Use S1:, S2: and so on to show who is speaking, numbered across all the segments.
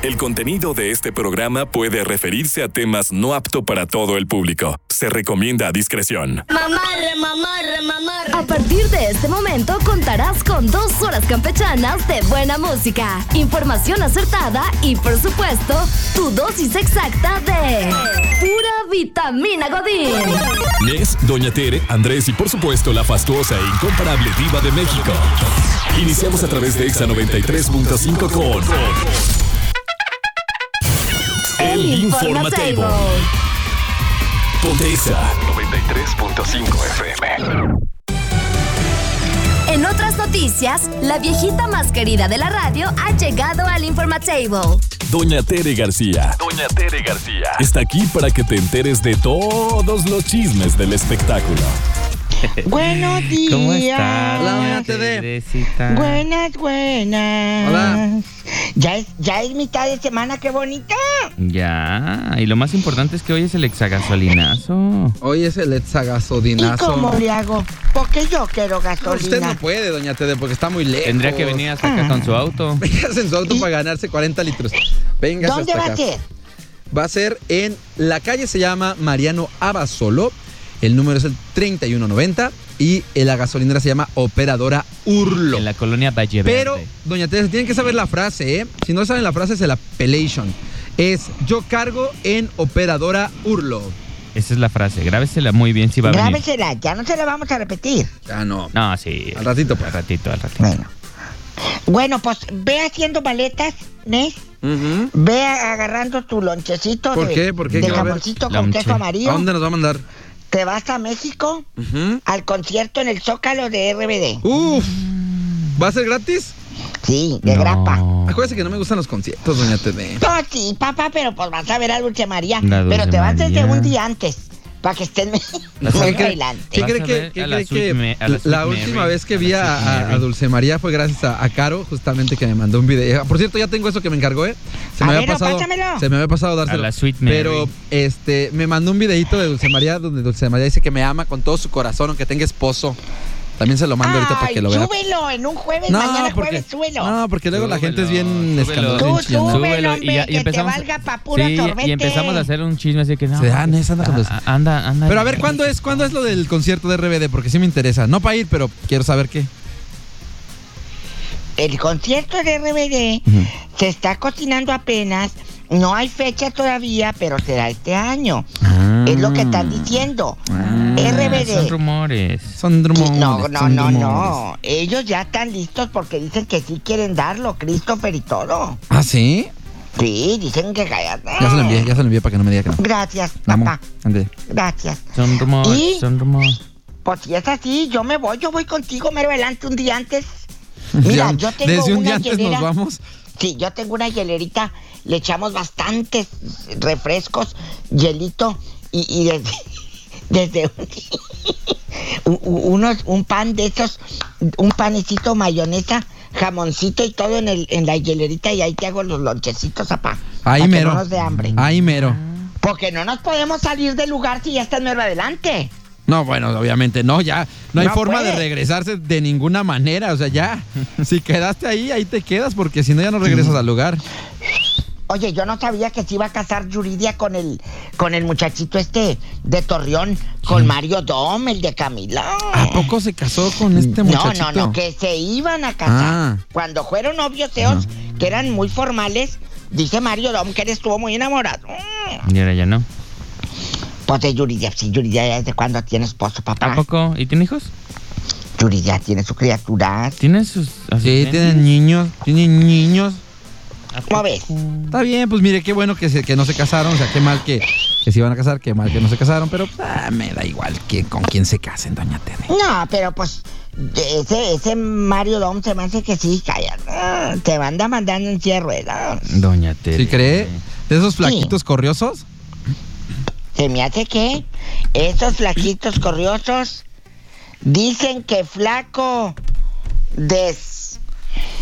S1: El contenido de este programa puede referirse a temas no apto para todo el público. Se recomienda a discreción.
S2: Mamarre, mamarre, mamarre.
S3: A partir de este momento contarás con dos horas campechanas de buena música, información acertada y, por supuesto, tu dosis exacta de pura vitamina Godín.
S1: Nes, Doña Tere, Andrés y por supuesto la fastuosa e incomparable diva de México. Iniciamos a través de Exa 93.5 con El Informatable. Ponte Exa
S4: 93.5 FM.
S3: En otras noticias, la viejita más querida de la radio ha llegado al Informatable.
S1: Doña Tere García.
S4: Doña Tere García.
S1: Está aquí para que te enteres de todos los chismes del espectáculo.
S5: Buenos días.
S6: ¿Cómo estás?
S7: Hola, doña TV.
S6: Teresita?
S5: Buenas, buenas.
S7: Hola.
S5: Ya es, ya es mitad de semana, qué bonita.
S6: Ya, y lo más importante es que hoy es el hexagasolinazo.
S7: Hoy es el
S5: ¿Y
S7: hexagasodinazo.
S5: cómo le hago? Porque yo quiero
S7: No, usted
S5: gasolina.
S7: no puede, doña Tede, porque está muy lejos.
S6: Tendría que venir hasta acá con su auto.
S7: Véngase en su auto
S5: ¿Y?
S7: para ganarse 40 litros. Venga
S5: ¿Dónde va a ser?
S7: Va a ser en la calle se llama Mariano Abasolo. El número es el 3190 y en la gasolinera se llama Operadora Urlo.
S6: En la colonia Valle Verde.
S7: Pero, doña Tede, se tienen que saber la frase, ¿eh? Si no saben la frase es el appellation. Es yo cargo en Operadora Urlo.
S6: Esa es la frase. Grábesela muy bien si va a venir.
S5: Grábesela, ya no se la vamos a repetir.
S7: Ah, no.
S6: No, sí.
S7: Al ratito, pues.
S6: Al ratito, al ratito.
S5: Bueno. Bueno, pues ve haciendo paletas, ¿Nes?
S7: Ujú.
S5: Ve a- agarrando tu lonchecito
S7: ¿Por
S5: de,
S7: qué? ¿Por qué?
S5: de
S7: ¿Qué va a haber?
S5: jamoncito con
S6: Lonche.
S5: queso amarillo.
S7: ¿A dónde nos va a mandar?
S5: Te vas a México
S7: Ujú.
S5: al concierto en el Zócalo de RBD.
S7: Uf. ¿Va a ser gratis?
S5: Sí, de
S6: No.
S5: grapa.
S7: Acuérdese que no me gustan los conciertos, doña Tede.
S5: Pues sí, papá, pero pues vas a ver a Dulce María.
S6: La Dulce
S5: pero te vas desde
S6: María.
S5: un día antes, para que estén
S6: Vas a
S5: muy
S6: ver-
S5: bailante.
S7: ¿Qué
S6: Vas
S7: cree
S6: a
S7: que,
S6: ver
S7: qué
S6: a la
S7: cree
S6: Sweet
S7: que
S6: Ma- a la
S7: la,
S6: Sweet
S7: última
S6: Mary,
S7: vez que
S6: a la
S7: vi a,
S6: Sweet
S7: a-
S6: Mary.
S7: a Dulce María fue gracias a, a Caro, justamente que me mandó un video. Por cierto, ya tengo eso que me encargó, ¿eh? Se me
S5: A
S7: había
S5: ver, no,
S7: pasado.
S5: pásamelo.
S7: Se me había pasado dárselo.
S6: A la Sweet Mary.
S7: Pero este me mandó un videito de Dulce María donde Dulce María dice que me ama con todo su corazón, aunque tenga esposo. También se lo mando ahorita para
S5: Ay,
S7: que lo vea.
S5: súbelo en un jueves, mañana jueves, súbelo.
S7: no, porque luego la gente es bien
S6: Súbelo, súbelo.
S7: escandalosa. bien
S5: Tú,
S7: chillona.
S5: tú. Súbelo, hombre, que te valga pa' puro
S6: sí,
S5: sorbete.
S6: Y empezamos a hacer un chisme así que no.
S7: Sí, ah, no, esa anda con los-
S6: Ah, anda, anda.
S7: Pero a ver, ¿cuándo es, ¿cuándo es lo del concierto de RBD? Porque sí me interesa. No para ir, pero quiero saber qué.
S5: El concierto de RBD
S7: Ujú.
S5: se está cocinando apenas. No hay fecha todavía, pero será este año.
S7: Ah.
S5: Es lo que están diciendo.
S6: Ah, Son
S5: RBD.
S6: rumores.
S7: Son rumores.
S5: No, no,
S7: son
S5: no,
S7: rumores.
S5: no. Ellos ya están listos porque dicen que sí quieren darlo, Christopher y todo.
S7: ¿Ah, sí?
S5: Sí, dicen que cállate.
S7: Ya se lo envié, ya se lo envié para que no me diga que no.
S5: Gracias,
S7: La amo.
S5: papá.
S7: Ande.
S5: Gracias.
S6: Son rumores.
S5: ¿Y?
S6: Son rumores.
S5: Pues si es así, yo me voy, yo voy contigo mero adelante un día antes. Mira,
S7: Ya,
S5: yo tengo
S7: Desde un
S5: una
S7: día antes
S5: hielera.
S7: nos vamos.
S5: Sí, yo tengo una hielerita, le echamos bastantes refrescos, hielito y, y desde, desde un, u- unos, un pan de esos, un panecito, mayonesa, jamoncito y todo en, el, en la hielerita y ahí te hago los lonchecitos, papá. para
S7: Ahí
S5: que
S7: mero. Ah.
S5: No nos dé hambre.
S7: Ahí mero.
S5: Porque no nos podemos salir del lugar si ya estás mero adelante.
S7: No, bueno, obviamente no, ya. No hay
S5: No
S7: forma de
S5: puede.
S7: regresarse de ninguna manera. O sea, ya. si quedaste ahí, ahí te quedas, porque si no, ya no regresas al lugar.
S5: Oye, yo no sabía que se iba a casar Yuridia con el con el muchachito este de Torreón, con Mario Dom, el de Camila.
S7: ¿A poco se casó con este
S5: No,
S7: muchachito?
S5: no, no, que se iban a casar.
S7: Ah.
S5: Cuando fueron novios ellos, que eran muy formales, dice Mario Dom que él estuvo muy enamorado. Mm.
S6: Y ahora ya no.
S5: Pues de Yuridia, sí, Yuridia ya desde cuando tiene esposo,
S6: ¿A
S5: papá.
S6: poco? ¿Y tiene hijos?
S5: Yuridia tiene su criatura.
S6: ¿Tiene sus
S7: Sí,
S6: asistentes?
S7: tienen niños, tienen niños.
S6: ¿A
S5: ¿Cómo ves?
S7: Está bien, pues mire, qué bueno que, se- que no se casaron. O sea, qué mal que, que se iban a casar, qué mal que no se casaron. Pero ah, me da igual que, con quién se casen, doña Tene.
S5: No, pero pues ese, ese Mario Dom se me hace que sí, cállate. Ah, Te manda mandando en cierre.
S6: Doña Tere.
S7: ¿Sí cree? ¿De esos flaquitos corriosos?
S5: Se me hace que esos flaquitos corriosos dicen que flaco
S7: Ah.
S5: des...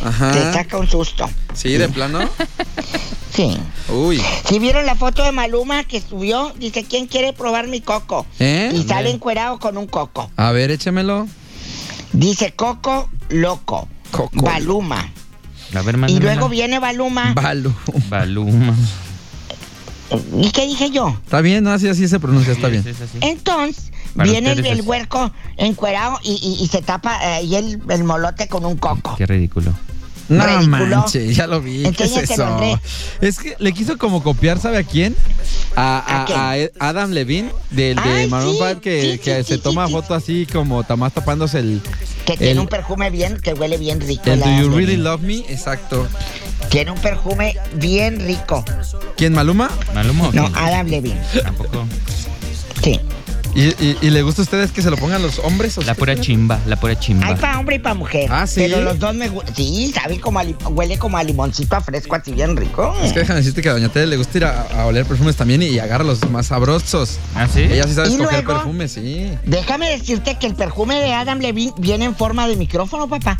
S5: Te saca un susto.
S7: Sí, de plano.
S5: Sí.
S7: Uy.
S5: Si vieron la foto de Maluma que subió, dice, ¿quién quiere probar mi coco?
S7: ¿Eh?
S5: Y sale
S7: Bien.
S5: encuerado con un coco.
S7: A ver, échemelo.
S5: Dice, coco loco.
S7: Coco
S5: Baluma.
S6: A ver,
S5: Y
S6: mándamela.
S5: luego viene Baluma.
S7: Balu.
S6: Baluma.
S5: ¿Y qué dije yo?
S7: Está bien, no, así, así se pronuncia, está
S6: Sí,
S7: bien.
S6: sí, es así.
S5: Entonces,
S6: Para
S5: viene el,
S6: ustedes
S5: el
S6: es-
S5: huerco encuerado y, y- y se tapa eh, ahí el, el molote con un coco.
S6: Qué ridículo.
S7: No
S5: Ridículo.
S7: manches, ya lo vi. ¿Qué es
S5: Enséñatelo,
S7: eso?
S5: Andrés.
S7: Es que le quiso como copiar, ¿sabe a quién?
S5: ¿A
S7: A,
S5: quién?
S7: a- a Ed- Adam Levine, del de
S5: Ay,
S7: Maroon
S5: sí,
S7: 5, que,
S5: sí, sí,
S7: que
S5: sí,
S7: se
S5: sí,
S7: toma
S5: sí.
S7: foto así como tamás tapándose el...
S5: Que tiene
S7: el-
S5: un perfume bien, que huele bien rico.
S7: el Do
S5: la-
S7: You Really Love Me, exacto.
S5: Tiene un perfume bien rico.
S7: ¿Quién, Maluma?
S6: Maluma. o
S5: No,
S6: quién?
S5: Adam Levine.
S6: Tampoco.
S5: Sí.
S7: ¿Y, y, y le gusta a ustedes que se lo pongan los hombres? o
S6: La
S7: qué?
S6: pura chimba, la pura chimba.
S5: Hay para hombre y para mujer.
S7: Ah, ¿sí?
S5: Pero los dos me gustan. Sí, sabe como a li- huele como a limoncito a fresco, así bien rico.
S7: Es que déjame decirte que a Doña Tere le gusta ir a, a oler perfumes también y agarra los más sabrosos.
S6: ¿Ah, sí?
S7: Ella sí sabe
S5: ¿Y
S7: escoger
S5: luego?
S7: perfumes, sí.
S5: Déjame decirte que el perfume de Adam Levine viene en forma de micrófono, papá.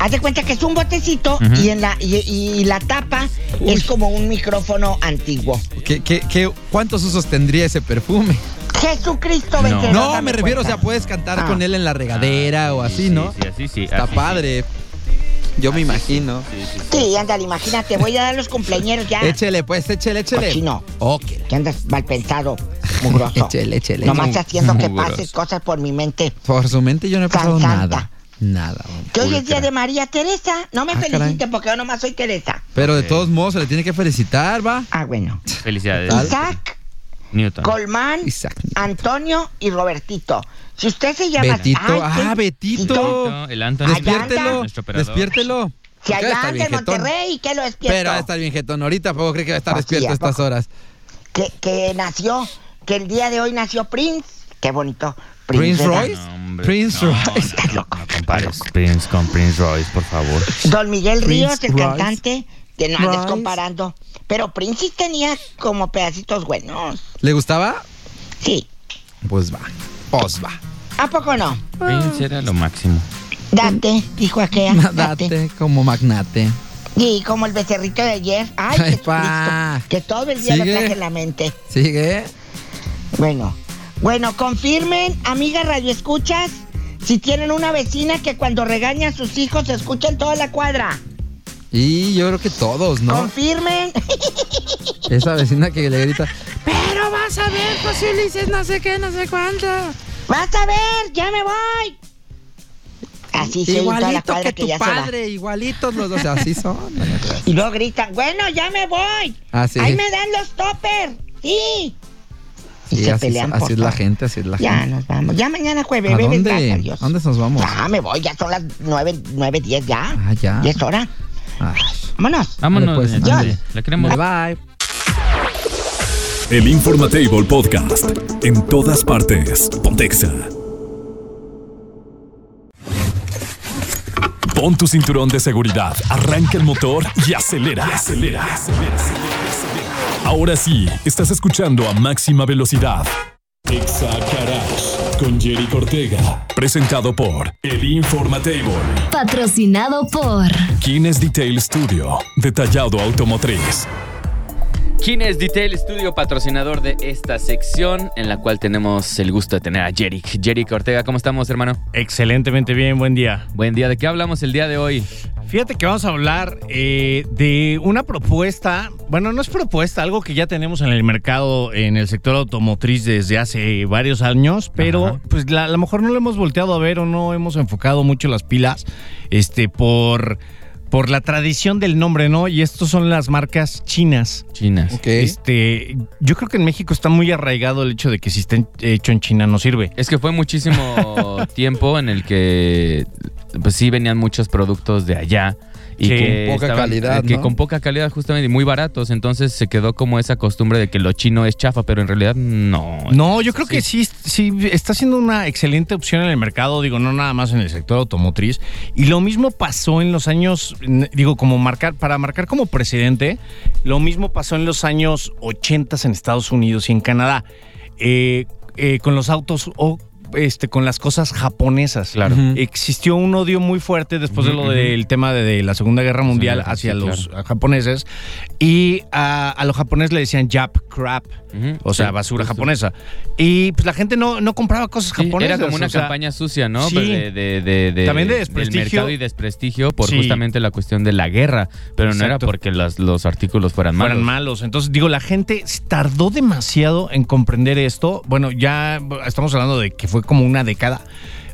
S5: Haz de cuenta que es un botecito
S6: Ujú.
S5: y en la y, y la tapa es como un micrófono antiguo.
S7: ¿Qué, qué, qué, ¿Cuántos usos tendría ese perfume?
S5: Jesucristo
S6: No. Ah,
S5: vencedor.
S7: No,
S5: dame
S7: me refiero, o
S5: cuenta.
S7: sea, puedes cantar
S5: Ah.
S7: con él en la regadera o
S6: Sí,
S7: así,
S6: sí,
S7: ¿no?
S6: Sí, así sí.
S7: Está
S6: así sí.
S7: padre. Yo me imagino.
S6: Sí, sí, sí.
S5: Sí, ándale, imagínate, voy a dar los cumpleañeros ya.
S7: Échele, pues, échele, échele.
S5: Cochino.
S7: Ok.
S5: Que andas mal pensado, mugroso.
S7: Échale, échale.
S5: Nomás haciendo que
S6: Mugroso.
S5: pases cosas por mi mente.
S7: Por su mente yo no he pasado
S5: Cantanta.
S7: nada. Nada. hombre.
S5: Que hoy es
S6: Pulcra.
S5: día de María Teresa. No me
S7: Ah,
S5: felicite
S7: caray.
S5: porque yo nomás soy Teresa.
S7: Pero de
S6: Ok.
S7: todos modos se le tiene que felicitar, ¿va?
S5: Ah, bueno.
S6: Felicidades.
S5: Isaac,
S6: Newton.
S5: Colmán,
S7: Isaac.
S5: Antonio y Robertito. Si usted se llama...
S7: Betito.
S5: Ay,
S7: Ah,
S5: qué-
S7: Betito.
S6: El Anthony.
S7: Despiértelo.
S6: Nuestro operador.
S7: Despiértelo.
S5: Si
S7: Porque va a
S5: allá
S7: estar
S5: anda
S7: bien
S5: en
S7: jetón.
S5: Monterrey y que lo
S7: Pero va a
S5: despierto.
S7: estar bien jetón ahorita. ¿Poco cree que va a estar
S5: Pues sí, ¿a
S7: despierto a estas
S5: poco?
S7: horas?
S5: Que, que nació, que el día de hoy nació Prince. Qué bonito.
S7: ¿Prince
S5: ¿verdad?
S7: Royce?
S6: No, hombre.
S7: Prince
S6: No,
S7: Royce.
S6: no, no, no compares Ah, Prince con Prince Royce, por favor.
S5: Don Miguel
S7: Prince
S5: Ríos, el
S7: Royce.
S5: cantante, que no andes
S7: Royce.
S5: comparando. Pero Prince sí tenía como pedacitos buenos.
S7: ¿Le gustaba?
S5: Sí.
S7: Pues va. Pues va.
S5: ¿A poco no?
S6: Prince era lo máximo.
S5: Date, dijo aquella. Date.
S7: Date como magnate.
S5: Y como el becerrito de ayer. Ay,
S7: Ay,
S5: Jesucristo,
S7: pa.
S5: Que todo el día lo
S7: Sigue.
S5: traje en la mente.
S7: ¿Sigue?
S5: Bueno. Bueno, confirmen, amigas radioescuchas, si tienen una vecina que cuando regaña a sus hijos se escucha en toda la cuadra.
S7: Y yo creo que todos, ¿no?
S5: Confirmen. Oh.
S7: Esa vecina que le grita. Pero vas a ver, José no sé qué, no sé cuánto.
S5: Vas a ver, ya me voy. Así se oye en toda la
S7: igualito
S5: cuadra
S7: que
S5: que,
S7: tu
S5: ya se va.
S7: padre, igualitos los dos. Así son.
S5: Y luego gritan, bueno, ya me voy.
S7: Así.
S5: Ahí me dan los toppers. Sí. Y
S7: Sí,
S5: se
S7: así,
S5: pelean
S7: así
S5: por
S7: es la
S5: todo.
S7: gente, así es la
S5: Ya
S7: gente.
S5: nos vamos. Ya mañana jueves.
S7: ¿A
S5: bebes,
S7: dónde?
S5: vas, adiós.
S7: ¿A dónde nos vamos?
S5: Ya me voy, ya son las nueve, nueve, diez ya.
S7: Ah, ya.
S5: Diez horas.
S7: Ay.
S5: Vámonos.
S6: Ah. Vámonos,
S7: Vale, pues,
S6: doña Tere.
S7: ándale.
S6: La queremos.
S7: Bye, bye.
S1: El Informatable Podcast. En todas partes. Pontexa. Pon tu cinturón de seguridad, arranca el motor y acelera. Y acelera. Ahora sí, estás escuchando a máxima velocidad. Exa Garage, con Jerry Cortega. Presentado por El Informatable.
S3: Patrocinado por
S1: Kines Detail Studio, detallado automotriz.
S8: Kines Detail Studio, patrocinador de esta sección, en la cual tenemos el gusto de tener a Jerick. Jerick Ortega, ¿cómo estamos, hermano?
S9: Excelentemente bien, buen día.
S8: Buen día. ¿De qué hablamos el día de hoy?
S9: Fíjate que vamos a hablar eh, de una propuesta, bueno, no es propuesta, algo que ya tenemos en el mercado, en el sector automotriz desde hace varios años, pero
S8: Ajá.
S9: pues la- a lo mejor no lo hemos volteado a ver o no hemos enfocado mucho las pilas este, por, por la tradición del nombre, ¿no? Y estos son las marcas chinas.
S8: Chinas.
S7: Ok.
S9: Este, yo creo que en México está muy arraigado el hecho de que si está en- hecho en China no sirve.
S8: Es que fue muchísimo tiempo en el que, pues sí, venían muchos productos de allá. Y
S9: Sí.
S8: que
S7: Con poca calidad,
S8: Que
S7: ¿no?
S8: con poca calidad, justamente, y muy baratos. Entonces se quedó como esa costumbre de que lo chino es chafa, pero en realidad no.
S9: No, yo creo que sí, sí, está siendo una excelente opción en el mercado, digo, no nada más en el sector automotriz. Y lo mismo pasó en los años, n- digo, como marcar, para marcar como precedente, lo mismo pasó en los años 80 en Estados Unidos y en Canadá, eh, eh, con los autos o este, con las cosas japonesas.
S6: Claro.
S7: Ujú.
S9: Existió un odio muy fuerte después de lo del tema de, de la Segunda Guerra Mundial
S6: Guerra,
S9: hacia
S6: sí,
S9: los japoneses. Y a, a los japoneses le decían Jap crap,
S6: Ujú.
S9: o sea,
S6: Sí,
S9: basura
S6: justo.
S9: japonesa. Y pues la gente no, no compraba cosas
S6: Sí,
S9: japonesas.
S6: Era como una
S9: o sea,
S6: campaña sucia, ¿no?
S9: sí.
S6: Pero de, de- de- de-
S9: También de
S6: Del
S9: desprestigio.
S6: mercado y desprestigio por
S9: Sí.
S6: justamente la cuestión de la guerra. Pero no era
S9: Exacto.
S6: porque las- los artículos fueran malos.
S9: fueran malos. Entonces, digo, la gente tardó demasiado en comprender esto. Bueno, ya estamos hablando de que fue como una década.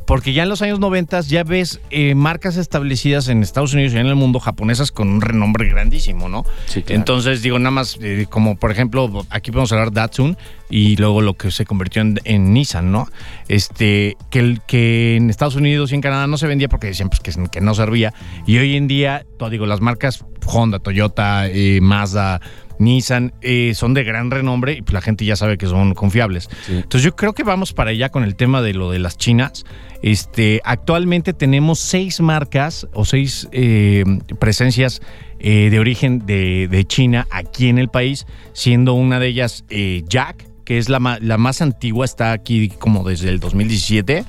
S9: Porque ya en los años 90 ya ves eh, marcas establecidas en Estados Unidos y en el mundo japonesas con un renombre grandísimo, ¿no?
S6: Sí, claro.
S9: Entonces, digo, nada más, eh, como por ejemplo, aquí podemos hablar de Datsun y luego lo que se convirtió en, en Nissan, ¿no? Este, que, el- que en Estados Unidos y en Canadá no se vendía porque decían pues, que, que no servía. Y hoy en día, to- digo, las marcas Honda, Toyota, eh, Mazda, Nissan eh, son de gran renombre y pues, la gente ya sabe que son confiables.
S6: Sí.
S9: Entonces yo creo que vamos para allá con el tema de lo de las chinas. Este, actualmente tenemos seis marcas o seis eh, presencias eh, de origen de, de China aquí en el país, siendo una de ellas eh, Jack, que es la, ma- la más antigua, está aquí como desde el 2017.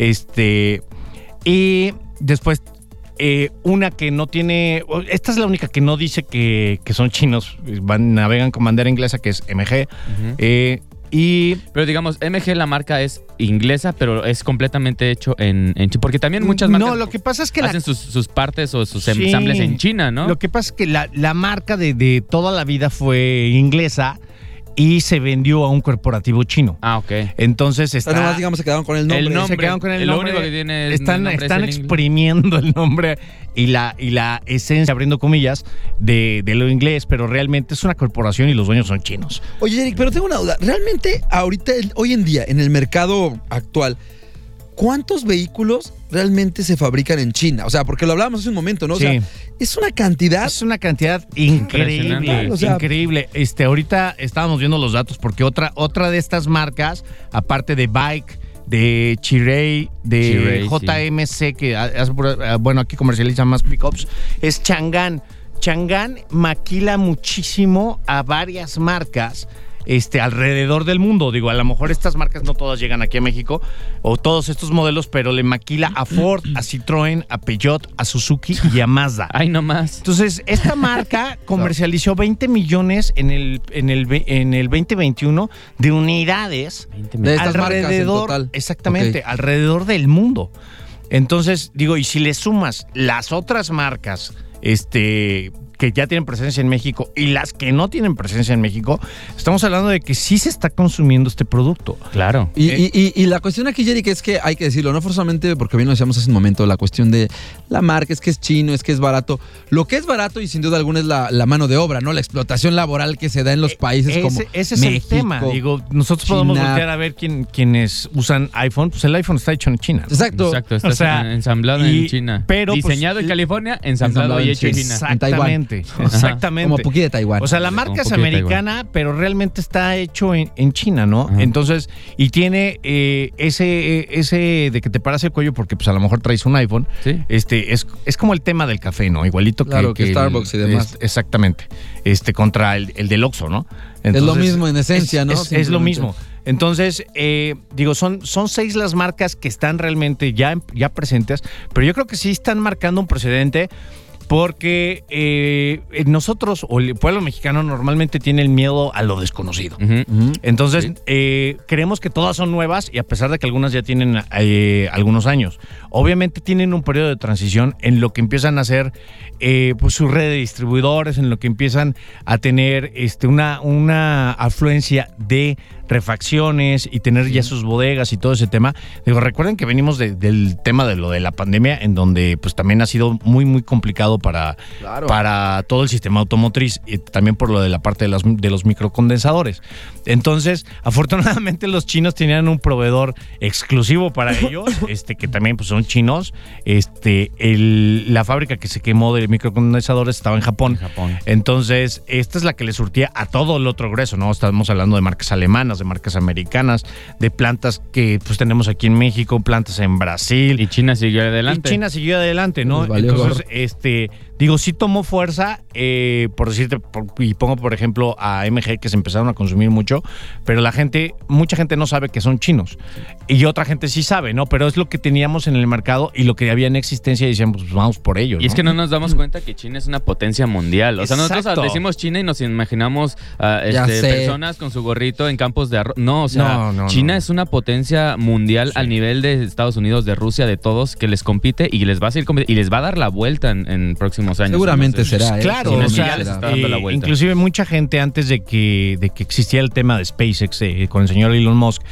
S9: Este, y después eh, una que no tiene. o- Esta es la única que no dice que, que son chinos. Van, navegan con bandera inglesa, que es MG.
S6: Ujú.
S9: eh, y.
S6: Pero digamos, MG la marca es inglesa, pero es completamente hecho en, en China. Porque también muchas marcas
S9: No, lo que pasa es que la.
S6: hacen sus, sus partes o sus
S9: Sí.
S6: ensambles en China, ¿no?
S9: Lo que pasa es que la, la marca de, de toda la vida fue inglesa y se vendió a un corporativo chino.
S6: Ah, ok.
S9: Entonces
S7: O sea,
S9: está.
S7: nada más, digamos, se quedaron con el nombre.
S6: El nombre.
S9: se quedaron con el
S6: Lo
S9: nombre.
S6: único que tiene el
S9: están
S6: nombre es
S9: están
S6: el inglés.
S9: exprimiendo el nombre y la, y la esencia, abriendo comillas, de, de lo inglés, pero realmente es una corporación y los dueños son chinos.
S7: Oye, Eric, pero tengo una duda. Realmente, ahorita, el- hoy en día, en el mercado actual, ¿cuántos vehículos realmente se fabrican en China? O sea, porque lo hablábamos hace un momento, ¿no? O sea,
S9: Sí.
S7: es una cantidad.
S9: Es una cantidad increíble,
S6: Impresionante.
S7: O sea-
S9: increíble. Este, ahorita estábamos viendo los datos porque otra, otra de estas marcas, aparte de Bike, de Chirey, de
S6: Chirey, sí.
S9: JMC, que hace pura- ah, bueno, aquí comercializa más pickups, es Chang'an. Chang'an maquila muchísimo a varias marcas. Este, alrededor del mundo, digo, a lo mejor estas marcas no todas llegan aquí a México o todos estos modelos, pero le maquila a Ford, a Citroën, a Peugeot, a Suzuki y a Mazda.
S6: Ay, no más.
S9: Entonces, esta marca comercializó 20 millones en el, en el, ve- en el 2021 de unidades
S7: De estas marcas en
S9: alrededor,
S7: total.
S9: exactamente, alrededor del mundo. Entonces, digo, y si le sumas las otras marcas, este que ya tienen presencia en México y las que no tienen presencia en México, estamos hablando de que sí se está consumiendo este producto.
S6: Claro.
S7: Y, y- y- y la cuestión aquí, Jerry, que es que hay que decirlo, no forzosamente, porque bien lo decíamos hace un momento, la cuestión de la marca, es que es chino, es que es barato. Lo que es barato y sin duda alguna es la, la mano de obra, ¿no? La explotación laboral que se da en los países
S9: Eh, ese,
S7: como
S9: ese es
S7: México.
S9: el tema. Digo, nosotros podemos
S7: China.
S9: voltear a ver quién, quienes usan iPhone. Pues el iPhone está hecho en China. ¿no?
S7: Exacto.
S6: Exacto, está
S9: O sea,
S6: ensamblado en
S9: y-
S6: China.
S9: pero, pues,
S6: Diseñado en
S9: y-
S6: California, ensamblado,
S7: ensamblado
S6: y
S7: en
S6: hecho en
S7: China.
S6: China.
S7: En
S9: Exactamente.
S7: Taiwán.
S9: Exactamente.
S7: Como Puki de Taiwán.
S9: O sea, la
S6: Como
S9: marca es
S6: Puki de
S9: americana, pero realmente está hecho en, en China, ¿no?
S6: Ajá.
S9: Entonces, y tiene eh, ese, eh, ese de que te paras el cuello porque pues a lo mejor traes un iPhone.
S6: Sí.
S9: Este, es, es como el tema del café, ¿no? Igualito que-
S7: Claro, que
S9: el-
S7: Starbucks y demás.
S9: es- exactamente. Este, contra el, el del Oxxo, ¿no?
S7: lo mismo en esencia,
S9: es-
S7: ¿no?
S9: Es, es lo
S7: Simplemente.
S9: mismo. Entonces, eh, digo, son, son seis las marcas que están realmente ya, ya presentes, pero yo creo que sí están marcando un precedente porque eh, eh, nosotros, o el pueblo mexicano, normalmente tiene el miedo a lo desconocido.
S6: Ujú.
S7: Ujú.
S9: Entonces,
S6: Sí.
S9: eh, creemos que todas son nuevas y a pesar de que algunas ya tienen eh, algunos años. Obviamente tienen un periodo de transición en lo que empiezan a hacer eh, pues, su red de distribuidores, en lo que empiezan a tener este, una, una afluencia de refacciones y tener ya sus bodegas y todo ese tema. Digo, recuerden que venimos de- del tema de lo de la pandemia, en donde pues también ha sido muy, muy complicado para, para todo el sistema automotriz y también por lo de la parte de, las- de los microcondensadores. Entonces, afortunadamente los chinos tenían un proveedor exclusivo para ellos, este que también pues, son chinos. Este, el- la fábrica que se quemó de microcondensadores estaba en Japón.
S6: En Japón.
S9: Entonces, esta es la que le surtía a todo el otro grueso, ¿no? Estamos hablando de marcas alemanas, de marcas americanas, de plantas que pues tenemos aquí en México, plantas en Brasil.
S6: Y China siguió adelante.
S9: Y China siguió adelante, ¿no?
S7: Les valió
S9: Entonces, este, Digo, sí tomó fuerza, eh, por decirte, por- y pongo por ejemplo a MG que se empezaron a consumir mucho, pero la gente, mucha gente no sabe que son chinos. Y otra gente sí sabe, ¿no? Pero es lo que teníamos en el mercado y lo que había en existencia y decíamos, pues vamos por ello.
S6: Y es que no nos damos cuenta que China es una potencia mundial. O sea,
S9: Exacto.
S6: nosotros decimos China y nos imaginamos ah,
S7: Ya
S6: este,
S7: sé.
S6: personas con su gorrito en campos de arroz. No, o sea,
S9: No, no,
S6: China
S9: no.
S6: es una potencia mundial al nivel de Estados Unidos, de Rusia, de todos, que les compite y les va a seguir compitiendo y les va a dar la vuelta en, en próximos años.
S7: Seguramente
S6: Entonces,
S7: será. ¿eh?
S9: Claro,
S6: Sí,
S9: o
S6: en
S7: Seguramente
S9: sea,
S6: mundiales
S7: será.
S6: está dando la
S9: eh,
S6: vuelta.
S9: inclusive mucha gente antes de que, de que existiera el tema de SpaceX eh, con el señor Elon Musk,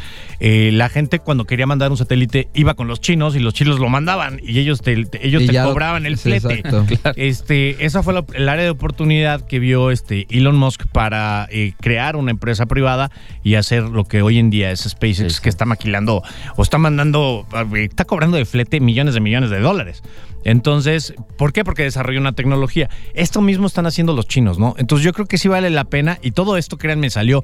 S9: eh, la gente cuando quería mandar un satélite iba con los chinos y los chinos lo mandaban y ellos te, te- ellos
S7: Y
S9: te
S7: ya-
S9: cobraban el
S7: sí,
S9: flete.
S7: exacto.
S9: Este, esa fue la- el área de oportunidad que vio este Elon Musk para eh, crear una empresa privada y hacer lo que hoy en día es SpaceX,
S6: Sí, sí.
S9: que está maquilando o está mandando, está cobrando de flete millones de millones de dólares. Entonces, ¿por qué? Porque desarrolló una tecnología. Esto mismo están haciendo los chinos, ¿no? Entonces yo creo que sí vale la pena y todo esto, créanme, salió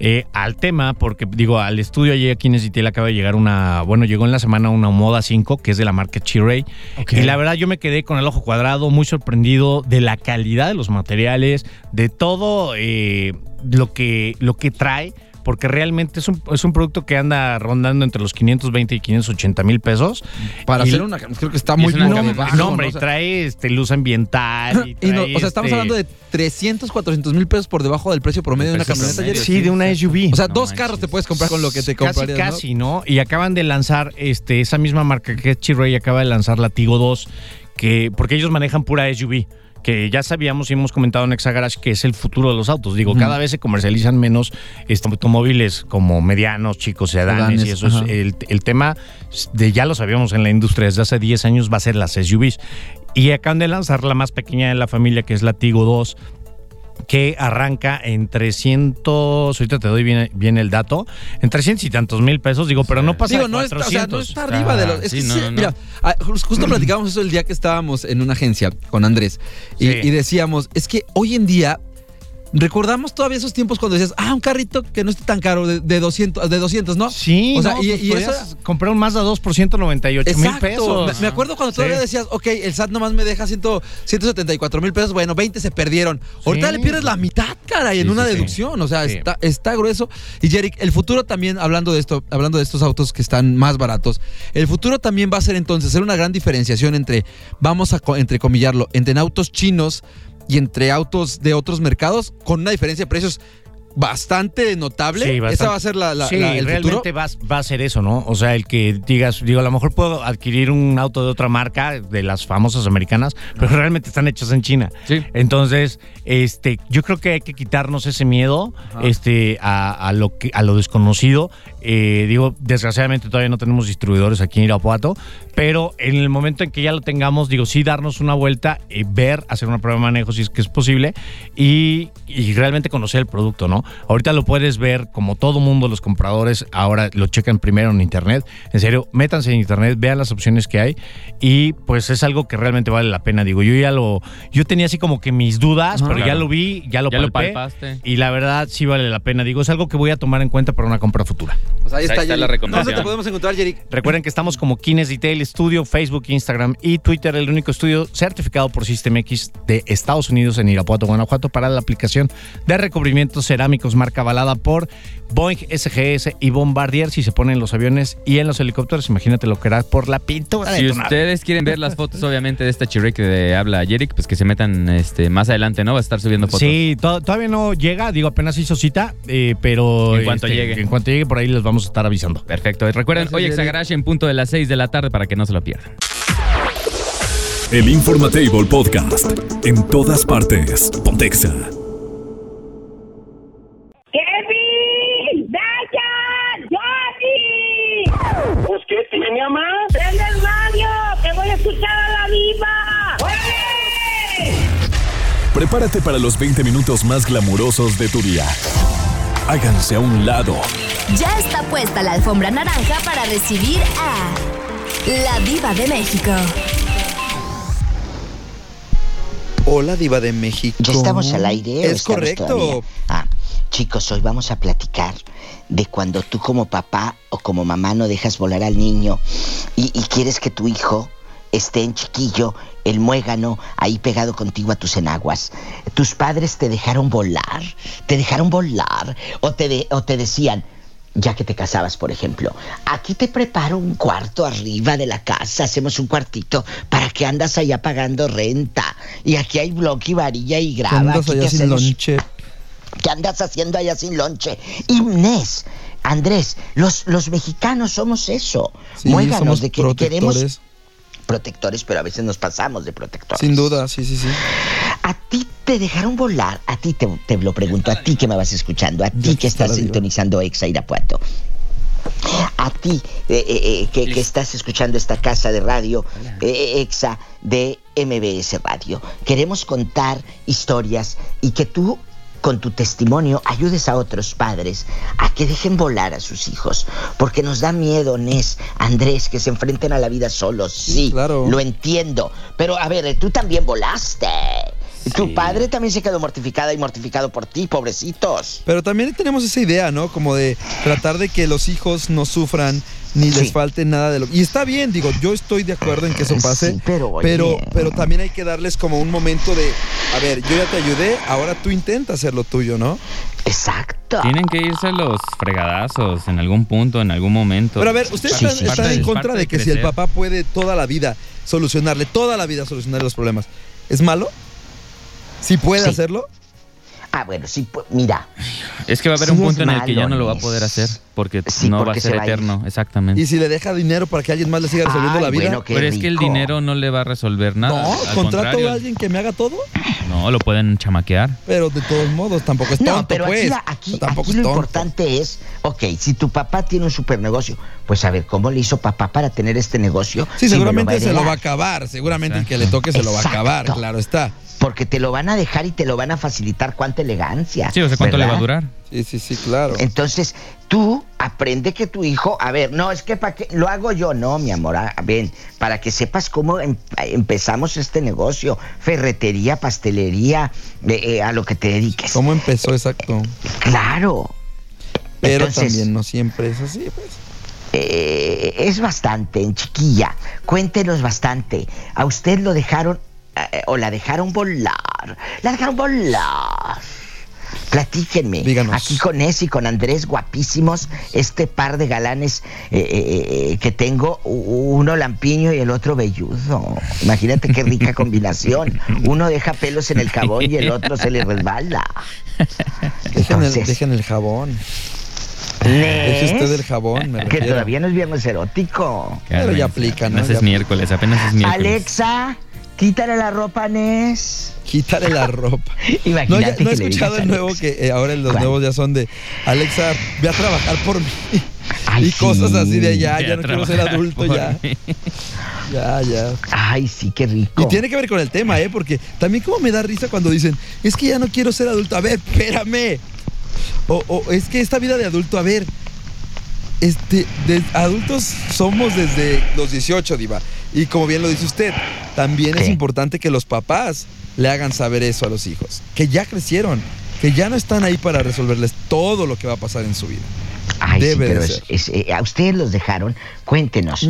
S9: eh, al tema porque, digo, al estudio ayer aquí en SITL acaba de llegar una, bueno, llegó en la semana una Moda 5 que es de la marca Chiray. Y la verdad yo me quedé con el ojo cuadrado, muy sorprendido de la calidad de los materiales, de todo eh, lo, que, lo que trae, porque realmente es un, es un producto que anda rondando entre los 520 y 580 mil pesos.
S7: Para
S9: Y-
S7: hacer una. Creo que está
S6: y
S7: muy
S6: es una
S7: muy
S6: cam-
S7: bajo,
S9: No, hombre, y
S7: ¿no? O sea,
S9: trae este, luz ambiental. Y
S7: y no-
S9: trae,
S7: o sea, estamos
S9: este-
S7: hablando de 300, 400 mil pesos por debajo del precio promedio de una
S6: Precio
S7: camioneta.
S6: promedio.
S7: Jerry.
S9: Sí, de una SUV.
S7: O sea,
S6: No
S7: dos
S6: manches.
S7: carros te puedes comprar con lo que te comprarías. ¿no?
S9: Casi, casi, ¿no? Y acaban de lanzar este, esa misma marca que es Chiray, acaba de lanzar la Tigo 2, que, porque ellos manejan pura SUV, que ya sabíamos y hemos comentado en Exa Garage que es el futuro de los autos. Digo, cada vez se comercializan menos este, automóviles como medianos, chicos, sedanes,
S7: Sedanes,
S9: y eso es
S7: ajá.
S9: el, el tema de ya lo sabíamos en la industria desde hace 10 años va a ser las SUVs. Y acaban de lanzar la más pequeña de la familia, que es la Tigo 2, que arranca en 300, ahorita te doy bien, bien el dato, en 300 y tantos mil pesos, digo, pero no pasa
S7: Digo,
S9: de
S7: no está, o sea, no
S9: 400.
S7: está arriba de los.
S6: Ah,
S7: Es
S6: sí,
S7: que
S6: no,
S7: sí,
S6: no, no.
S7: mira, ah, jus- justo platicábamos eso el día que estábamos en una agencia con Andrés. Y,
S9: Sí.
S7: y decíamos, es que hoy en día. Recordamos todavía esos tiempos cuando decías, ah, un carrito que no esté tan caro, de, de 200, de 200, ¿no?
S9: Sí,
S7: O sea, y, y eso.
S9: pues, eso comprar un Mazda 2 por 198 mil
S7: Exacto.
S9: pesos.
S7: Me, me acuerdo cuando todavía
S9: Sí.
S7: decías, ok, el SAT nomás me deja 100 174 mil pesos, bueno, 20 se perdieron. Ahorita
S9: Sí.
S7: le pierdes la mitad, cara, y en
S9: Sí,
S7: una
S9: sí, sí.
S7: deducción. O sea,
S9: Sí.
S7: está, está grueso. Y Jeric, el futuro también, hablando de esto, hablando de estos autos que están más baratos, el futuro también va a ser entonces ser una gran diferenciación entre, vamos a co- entrecomillarlo, entre autos chinos y entre autos de otros mercados, con una diferencia de precios bastante notable.
S9: Sí, bastante.
S7: Esa va a ser la, la-
S9: sí,
S7: la- el futuro.
S9: realmente vas- va, a ser eso, ¿no? O sea, el que digas, digo, a lo mejor puedo adquirir un auto de otra marca, de las famosas americanas, pero realmente están hechos en China.
S6: Sí.
S9: Entonces, este, yo creo que hay que quitarnos ese miedo este, a, a lo que, a lo desconocido. Eh, digo, desgraciadamente todavía no tenemos distribuidores aquí en Irapuato, pero en el momento en que ya lo tengamos, digo, sí darnos una vuelta, eh, ver, hacer una prueba de manejo si es que es posible y, y realmente conocer el producto, ¿no? Ahorita lo puedes ver, como todo mundo, los compradores ahora lo checan primero en internet. En serio, métanse en internet, vean las opciones que hay y pues es algo que realmente vale la pena. Digo, yo ya lo, yo tenía así como que mis dudas, pero ya
S6: Claro.
S9: lo vi, ya lo
S6: ya lo
S9: palpé,
S6: palpaste.
S9: y la verdad sí vale la pena. Digo, es algo que voy a tomar en cuenta para una compra futura.
S7: Pues ahí
S6: Ahí está la
S7: Jeric.
S6: recomendación.
S7: ¿Dónde te podemos encontrar, Jeric?
S9: Recuerden que estamos como Kines Detail Studio, Facebook, Instagram y Twitter, el único estudio certificado por System X de Estados Unidos en Irapuato, Guanajuato, para la aplicación de recubrimientos cerámicos marca avalada por Boeing, SGS y Bombardier. Si se ponen en los aviones y en los helicópteros, imagínate lo que era por la pintura
S6: Si
S9: de tu nave.
S6: ustedes quieren ver las fotos, obviamente, de esta Chirrey que de- habla Jeric, pues que se metan este, más adelante, ¿no? Va a estar subiendo fotos.
S9: Sí, to- todavía no llega, digo, apenas hizo cita, eh, pero
S6: En cuanto llegue.
S9: En cuanto llegue, por ahí les vamos a estar avisando.
S6: Perfecto. Y Recuerden,
S7: Gracias,
S6: hoy
S7: Jerry.
S6: Exagarash en punto de las 6 de la tarde para que no se lo pierdan.
S1: El Informatable Podcast. En todas partes. Pontexa.
S2: ¡Kevin! ¡Dayan! ¡Johnny!
S10: Pues qué tiene, mamá.
S2: ¡Prende el radio! ¡Que voy a escuchar a la viva! ¡Oye!
S1: Prepárate para los 20 minutos más glamurosos de tu día. Háganse a un lado.
S3: Ya está puesta la alfombra naranja para recibir a la diva de México.
S11: Hola Diva de México.
S5: ¿Ya estamos al aire? o
S7: Es
S5: estamos
S7: correcto.
S5: todavía? Ah, chicos, hoy vamos a platicar de cuando tú como papá o como mamá no dejas volar al niño y, y quieres que tu hijo esté en Chiquillo, el Muégano, ahí pegado contigo a tus enaguas. Tus padres te dejaron volar, te dejaron volar, o te, de- o te decían, ya que te casabas, por ejemplo, aquí te preparo un cuarto arriba de la casa, hacemos un cuartito para que andas allá pagando renta, y aquí hay bloque y varilla y grava.
S7: Andas
S5: aquí
S7: allá
S5: te
S7: sin
S5: hacemos-
S7: lonche.
S5: ¿Qué andas haciendo allá sin lonche? Inés, Andrés, los, los mexicanos somos eso.
S7: Sí,
S5: Muéganos
S7: somos
S5: de que queremos
S7: protectores.
S5: protectores, pero a veces nos pasamos de protectores.
S7: Sin duda, Ah, sí, sí, sí.
S5: A ti te dejaron volar, a ti te, te lo pregunto, a ti que me vas escuchando, a ti
S7: aquí
S5: que
S7: está
S5: estás
S7: la diva.
S5: sintonizando Exa Irapuato. A ti eh, eh, eh, que, que estás escuchando esta casa de radio, eh, Exa de MBS Radio. Queremos contar historias y que tú con tu testimonio ayudes a otros padres a que dejen volar a sus hijos, porque nos da miedo, Nes, Andrés, que se enfrenten a la vida solos. Sí,
S7: claro.
S5: lo entiendo. Pero a ver, eh, tú también volaste. Tu padre también se quedó mortificada y mortificado por ti, pobrecitos.
S7: Pero también tenemos esa idea, ¿no? Como de tratar de que los hijos no sufran ni
S5: Sí.
S7: les falte nada de lo y está bien digo yo estoy de acuerdo en que eso pase
S5: Sí, pero, oye.
S7: pero pero también hay que darles como un momento de a ver yo ya te ayudé ahora tú intenta hacer lo tuyo no Ah.
S5: Exacto.
S6: Tienen que irse los fregadazos en algún punto, en algún momento.
S7: pero a ver ustedes
S5: Sí,
S7: están,
S5: sí,
S7: están
S6: sí.
S7: en
S6: Parte-
S7: contra
S6: parte
S7: de
S6: de
S7: que si el
S6: crecer.
S7: papá puede toda la vida solucionarle toda la vida solucionarle los problemas es malo si puede
S5: Sí.
S7: hacerlo
S5: Ah, bueno, sí, pues, mira.
S6: Es que va a haber
S5: Sí
S6: un
S5: es
S6: punto en el que ya no lo va a
S5: malo,
S6: poder
S5: es-
S6: hacer porque
S5: Sí,
S6: no va a
S5: porque se
S6: ser
S5: va a ir.
S6: eterno, exactamente.
S7: y si le deja dinero para que alguien más le siga resolviendo
S5: Ay,
S7: la vida
S5: bueno, qué
S6: Pero es que el
S5: rico.
S6: dinero no le va a resolver nada.
S7: no
S6: al
S7: contrato
S6: contrario.
S7: a alguien que me haga todo
S6: No, lo pueden chamaquear.
S7: Pero de todos modos, tampoco es tonto,
S5: No, pero
S7: pues.
S5: aquí, la- aquí-
S7: tampoco
S5: aquí
S7: es
S5: lo
S7: tonto.
S5: importante es, ok, si tu papá tiene un super negocio, pues a ver, ¿cómo le hizo papá para tener este negocio? Si
S7: Sí,
S5: me
S7: seguramente se lo va a
S5: heredar?
S7: acabar. Seguramente el que
S6: Exacto.
S7: le toque se lo va a acabar,
S5: Exacto.
S7: claro está.
S5: Porque te lo van a dejar y te lo van a facilitar. ¡Cuánta elegancia!
S6: Sí, o sea, ¿cuánto le va
S5: ¿verdad?
S6: a durar?
S7: Sí, sí, sí, claro.
S5: Entonces, tú aprende que tu hijo, a ver, no, es que para qué lo hago yo, no, mi amor, a- ven, para que sepas cómo em- empezamos este negocio, ferretería, pastelería, eh, eh, a lo que te dediques. Eh,
S7: ¿Cómo empezó exacto?
S5: Claro.
S7: Pero
S5: Entonces,
S7: también no siempre es así, pues.
S5: eh, es bastante, en chiquilla. Cuéntenos bastante. A usted lo dejaron eh, o la dejaron volar. La dejaron volar. Platíquenme.
S7: Díganos.
S5: Aquí con Es y con Andrés, guapísimos, este par de galanes eh, eh, eh, que tengo, u- uno lampiño y el otro velludo. Imagínate qué rica combinación. Uno deja pelos en el jabón y el otro se le resbala.
S7: Dejen el,
S5: Entonces-
S7: dejen el jabón. Deje
S5: ¿Ves?
S7: usted el jabón, me
S5: Que
S7: refiero.
S5: todavía no es viernes erótico.
S7: Pero ya aplica, ¿no?
S6: Apenas
S7: Ya
S6: es
S7: aplica.
S6: miércoles, apenas es miércoles.
S5: Alexa, quítale la ropa a Nes.
S7: Quítale la ropa.
S5: Imagínate
S7: No, ya,
S5: que
S7: no he
S5: le digas
S7: escuchado
S5: a
S7: el nuevo
S5: Alexa.
S7: que eh, ahora los
S5: ¿Cuál?
S7: nuevos ya son de Alexa, ve a trabajar por mí.
S5: Ay,
S7: y cosas
S5: sí.
S7: así de ya,
S6: Ve
S7: ya
S6: a
S7: no quiero ser
S6: trabajar
S7: adulto,
S6: por
S7: ya.
S6: mí.
S7: Ya, ya.
S5: Ay, sí, qué rico.
S7: Y tiene que ver con el tema, ¿eh? Porque también como me da risa cuando dicen, es que ya no quiero ser adulto, a ver, espérame. O, o, es que esta vida de adulto, a ver, este, de- adultos somos desde los 18, Diva. Y como bien lo dice usted, también es
S5: Sí.
S7: importante que los papás le hagan saber eso a los hijos, que ya crecieron, que ya no están ahí para resolverles todo lo que va a pasar en su vida.
S5: Ay,
S7: debe
S5: sí, pero
S7: de
S5: es-
S7: ser.
S5: es- eh, a ustedes los dejaron. Cuéntenos.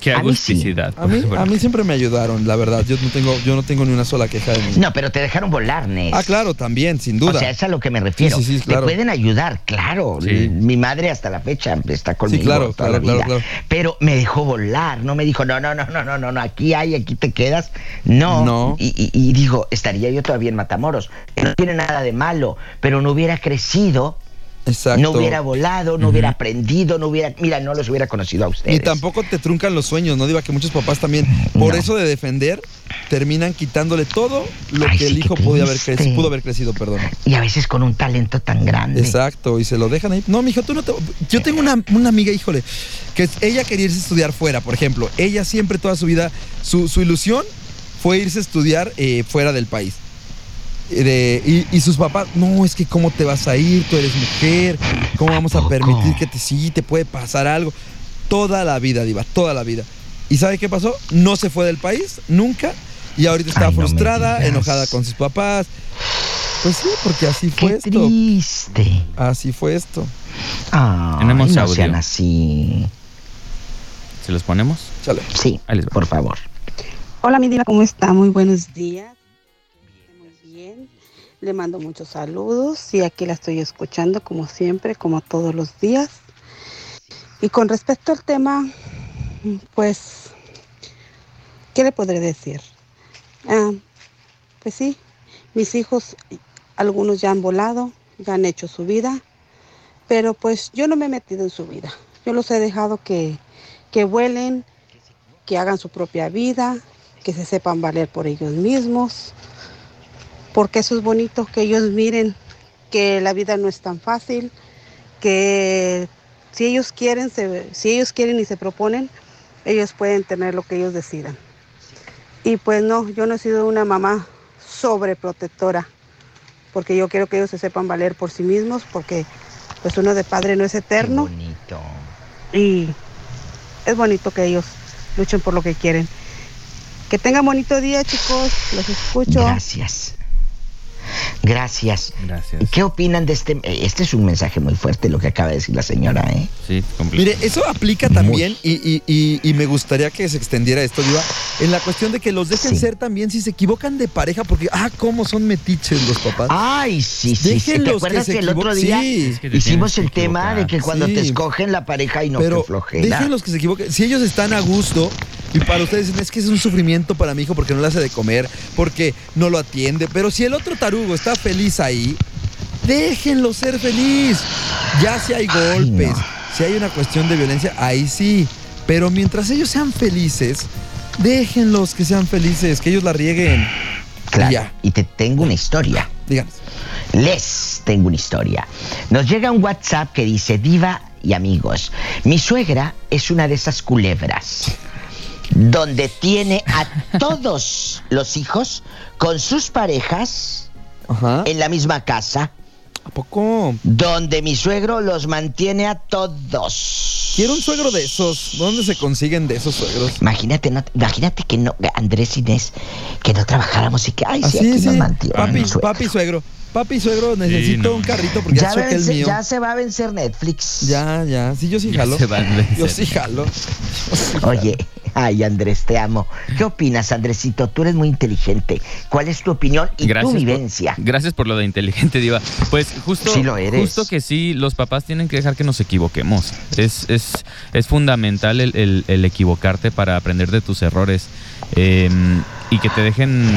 S6: Qué
S5: A mí Ah, sí.
S6: agusticidad.
S7: A mí, a mí siempre me ayudaron, la verdad. Yo no tengo, yo no tengo ni una sola queja de mí.
S5: No, pero te dejaron volar, Nes.
S7: Ah, claro, también, sin duda.
S5: O sea, es a lo que me refiero.
S7: Sí, sí, sí, claro.
S5: Te pueden ayudar, claro.
S6: Sí.
S5: L- Mi madre hasta la fecha está conmigo.
S7: claro,
S5: toda la
S7: claro,
S5: vida.
S7: claro, claro.
S5: Pero me dejó volar, no me dijo, no, no, no, no, no, no, no, aquí hay, aquí te quedas. No.
S7: No.
S5: Y, y- y digo, estaría yo todavía en Matamoros. que No tiene nada de malo, pero no hubiera crecido,
S7: Exacto.
S5: no hubiera volado, no hubiera aprendido, no hubiera, mira, no los hubiera conocido a ustedes.
S7: Y tampoco te truncan los sueños, ¿no? Diga que muchos papás también, por
S5: No.
S7: eso de defender, terminan quitándole todo lo
S5: Ay,
S7: que el
S5: sí, qué
S7: hijo podía haber
S5: triste.
S7: crecido, pudo haber crecido, perdón.
S5: Y a veces con un talento tan grande.
S7: Exacto, y se lo dejan ahí. No, mijo, tú no te. Yo tengo una, una amiga, híjole, que ella quería irse a estudiar fuera, por ejemplo. Ella siempre, toda su vida, su, su ilusión fue irse a estudiar eh, fuera del país. Y de- y, y sus papás, no, es que cómo te vas a ir, tú eres mujer, cómo vamos a permitir que te sí, te puede pasar algo. Toda la vida, Diva, toda la vida. ¿Y sabe qué pasó? No se fue del país, nunca. Y ahorita está
S5: Ay, no me
S7: frustrada,
S5: digas.
S7: enojada con sus papás. Pues sí, porque así fue
S5: Qué
S7: esto.
S5: triste.
S7: Así fue esto.
S5: Ah, no
S6: Tenemos audio.
S5: sean así.
S6: ¿Se los ponemos?
S7: Chale.
S5: Sí,
S6: Ahí les va.
S5: por favor.
S10: Hola, mi diva, ¿cómo está? Muy buenos días. Muy bien. Le mando muchos saludos y aquí la estoy escuchando como siempre, como todos los días. Y con respecto al tema, pues, ¿qué le podré decir? Ah, pues sí, mis hijos, algunos ya han volado, ya han hecho su vida, pero pues yo no me he metido en su vida. Yo los he dejado que, que vuelen, que hagan su propia vida, que se sepan valer por ellos mismos, porque eso es bonito, que ellos miren que la vida no es tan fácil, que si ellos quieren, se- si ellos quieren y se proponen, ellos pueden tener lo que ellos decidan. Y pues no, yo no he sido una mamá sobreprotectora, porque yo quiero que ellos se sepan valer por sí mismos, porque pues uno de padre no es eterno. Y es bonito que ellos luchen por lo que quieren. Que tengan bonito día, chicos. Los escucho.
S5: Gracias. Gracias.
S6: Gracias.
S5: ¿Qué opinan de este? eh, Este es un mensaje muy fuerte lo que acaba de decir la señora, ¿eh?
S6: Sí, completo.
S11: Mire, eso aplica también y, y- y- y me gustaría que se extendiera esto, Diva, en la cuestión de que los dejen
S5: Sí.
S11: ser también si se equivocan de pareja, porque, ah, cómo son metiches los papás.
S5: Ay, sí, sí. sí. ¿Te
S11: Déjenlos
S5: acuerdas
S11: que
S5: que,
S11: se
S5: el otro
S11: equivo-
S5: día
S11: Sí. Es
S6: que te
S5: hicimos
S6: tienes que
S5: el tema de
S6: equivocar.
S5: que cuando
S11: Sí.
S5: te escogen la pareja y no
S11: pero
S5: te flojera?
S11: déjenlos que se equivoquen. Si ellos están a gusto y para ustedes dicen, es que es un sufrimiento para mi hijo porque no le hace de comer, porque no lo atiende, pero si el otro tarugo está feliz ahí, déjenlo ser feliz. Ya si hay golpes, si hay una cuestión de violencia, ahí sí. Pero mientras ellos sean felices, déjenlos que sean felices, que ellos la rieguen.
S5: Claro.
S11: Ya.
S5: Y te tengo una historia.
S11: Díganos.
S5: Les tengo una historia. Nos llega un WhatsApp que dice, diva y amigos, mi suegra es una de esas culebras donde tiene a todos los hijos con sus parejas
S11: Ajá.
S5: en la misma casa,
S11: ¿A poco?
S5: donde mi suegro los mantiene a todos.
S11: Quiero un suegro de esos. ¿Dónde se consiguen de esos suegros?
S5: Imagínate, no- imagínate que no, Andrés Inés, que no trabajáramos y que, ay,
S11: Así,
S5: sí, aquí
S11: Ah, sí.
S5: nos mantiene.
S11: Papi,
S5: mi suegro.
S11: papi suegro. Papi suegro, necesito
S6: no.
S11: un carrito porque ya,
S5: ya,
S11: choqué el
S5: vence-
S11: mío.
S5: ya se va a vencer Netflix.
S11: Ya, ya. Sí, yo sí jalo.
S6: se van a vencer.
S11: Yo sí jalo. Yo sí jalo.
S5: Oye, ay Andrés, te amo. ¿Qué opinas, Andresito? Tú eres muy inteligente. ¿Cuál es tu opinión y tu
S6: por-
S5: vivencia?
S6: gracias por lo de inteligente, Diva. Pues justo,
S5: Sí lo eres.
S6: justo que sí, los papás tienen que dejar que nos equivoquemos. Es, es, es fundamental el, el- el equivocarte para aprender de tus errores. eh, y que te dejen,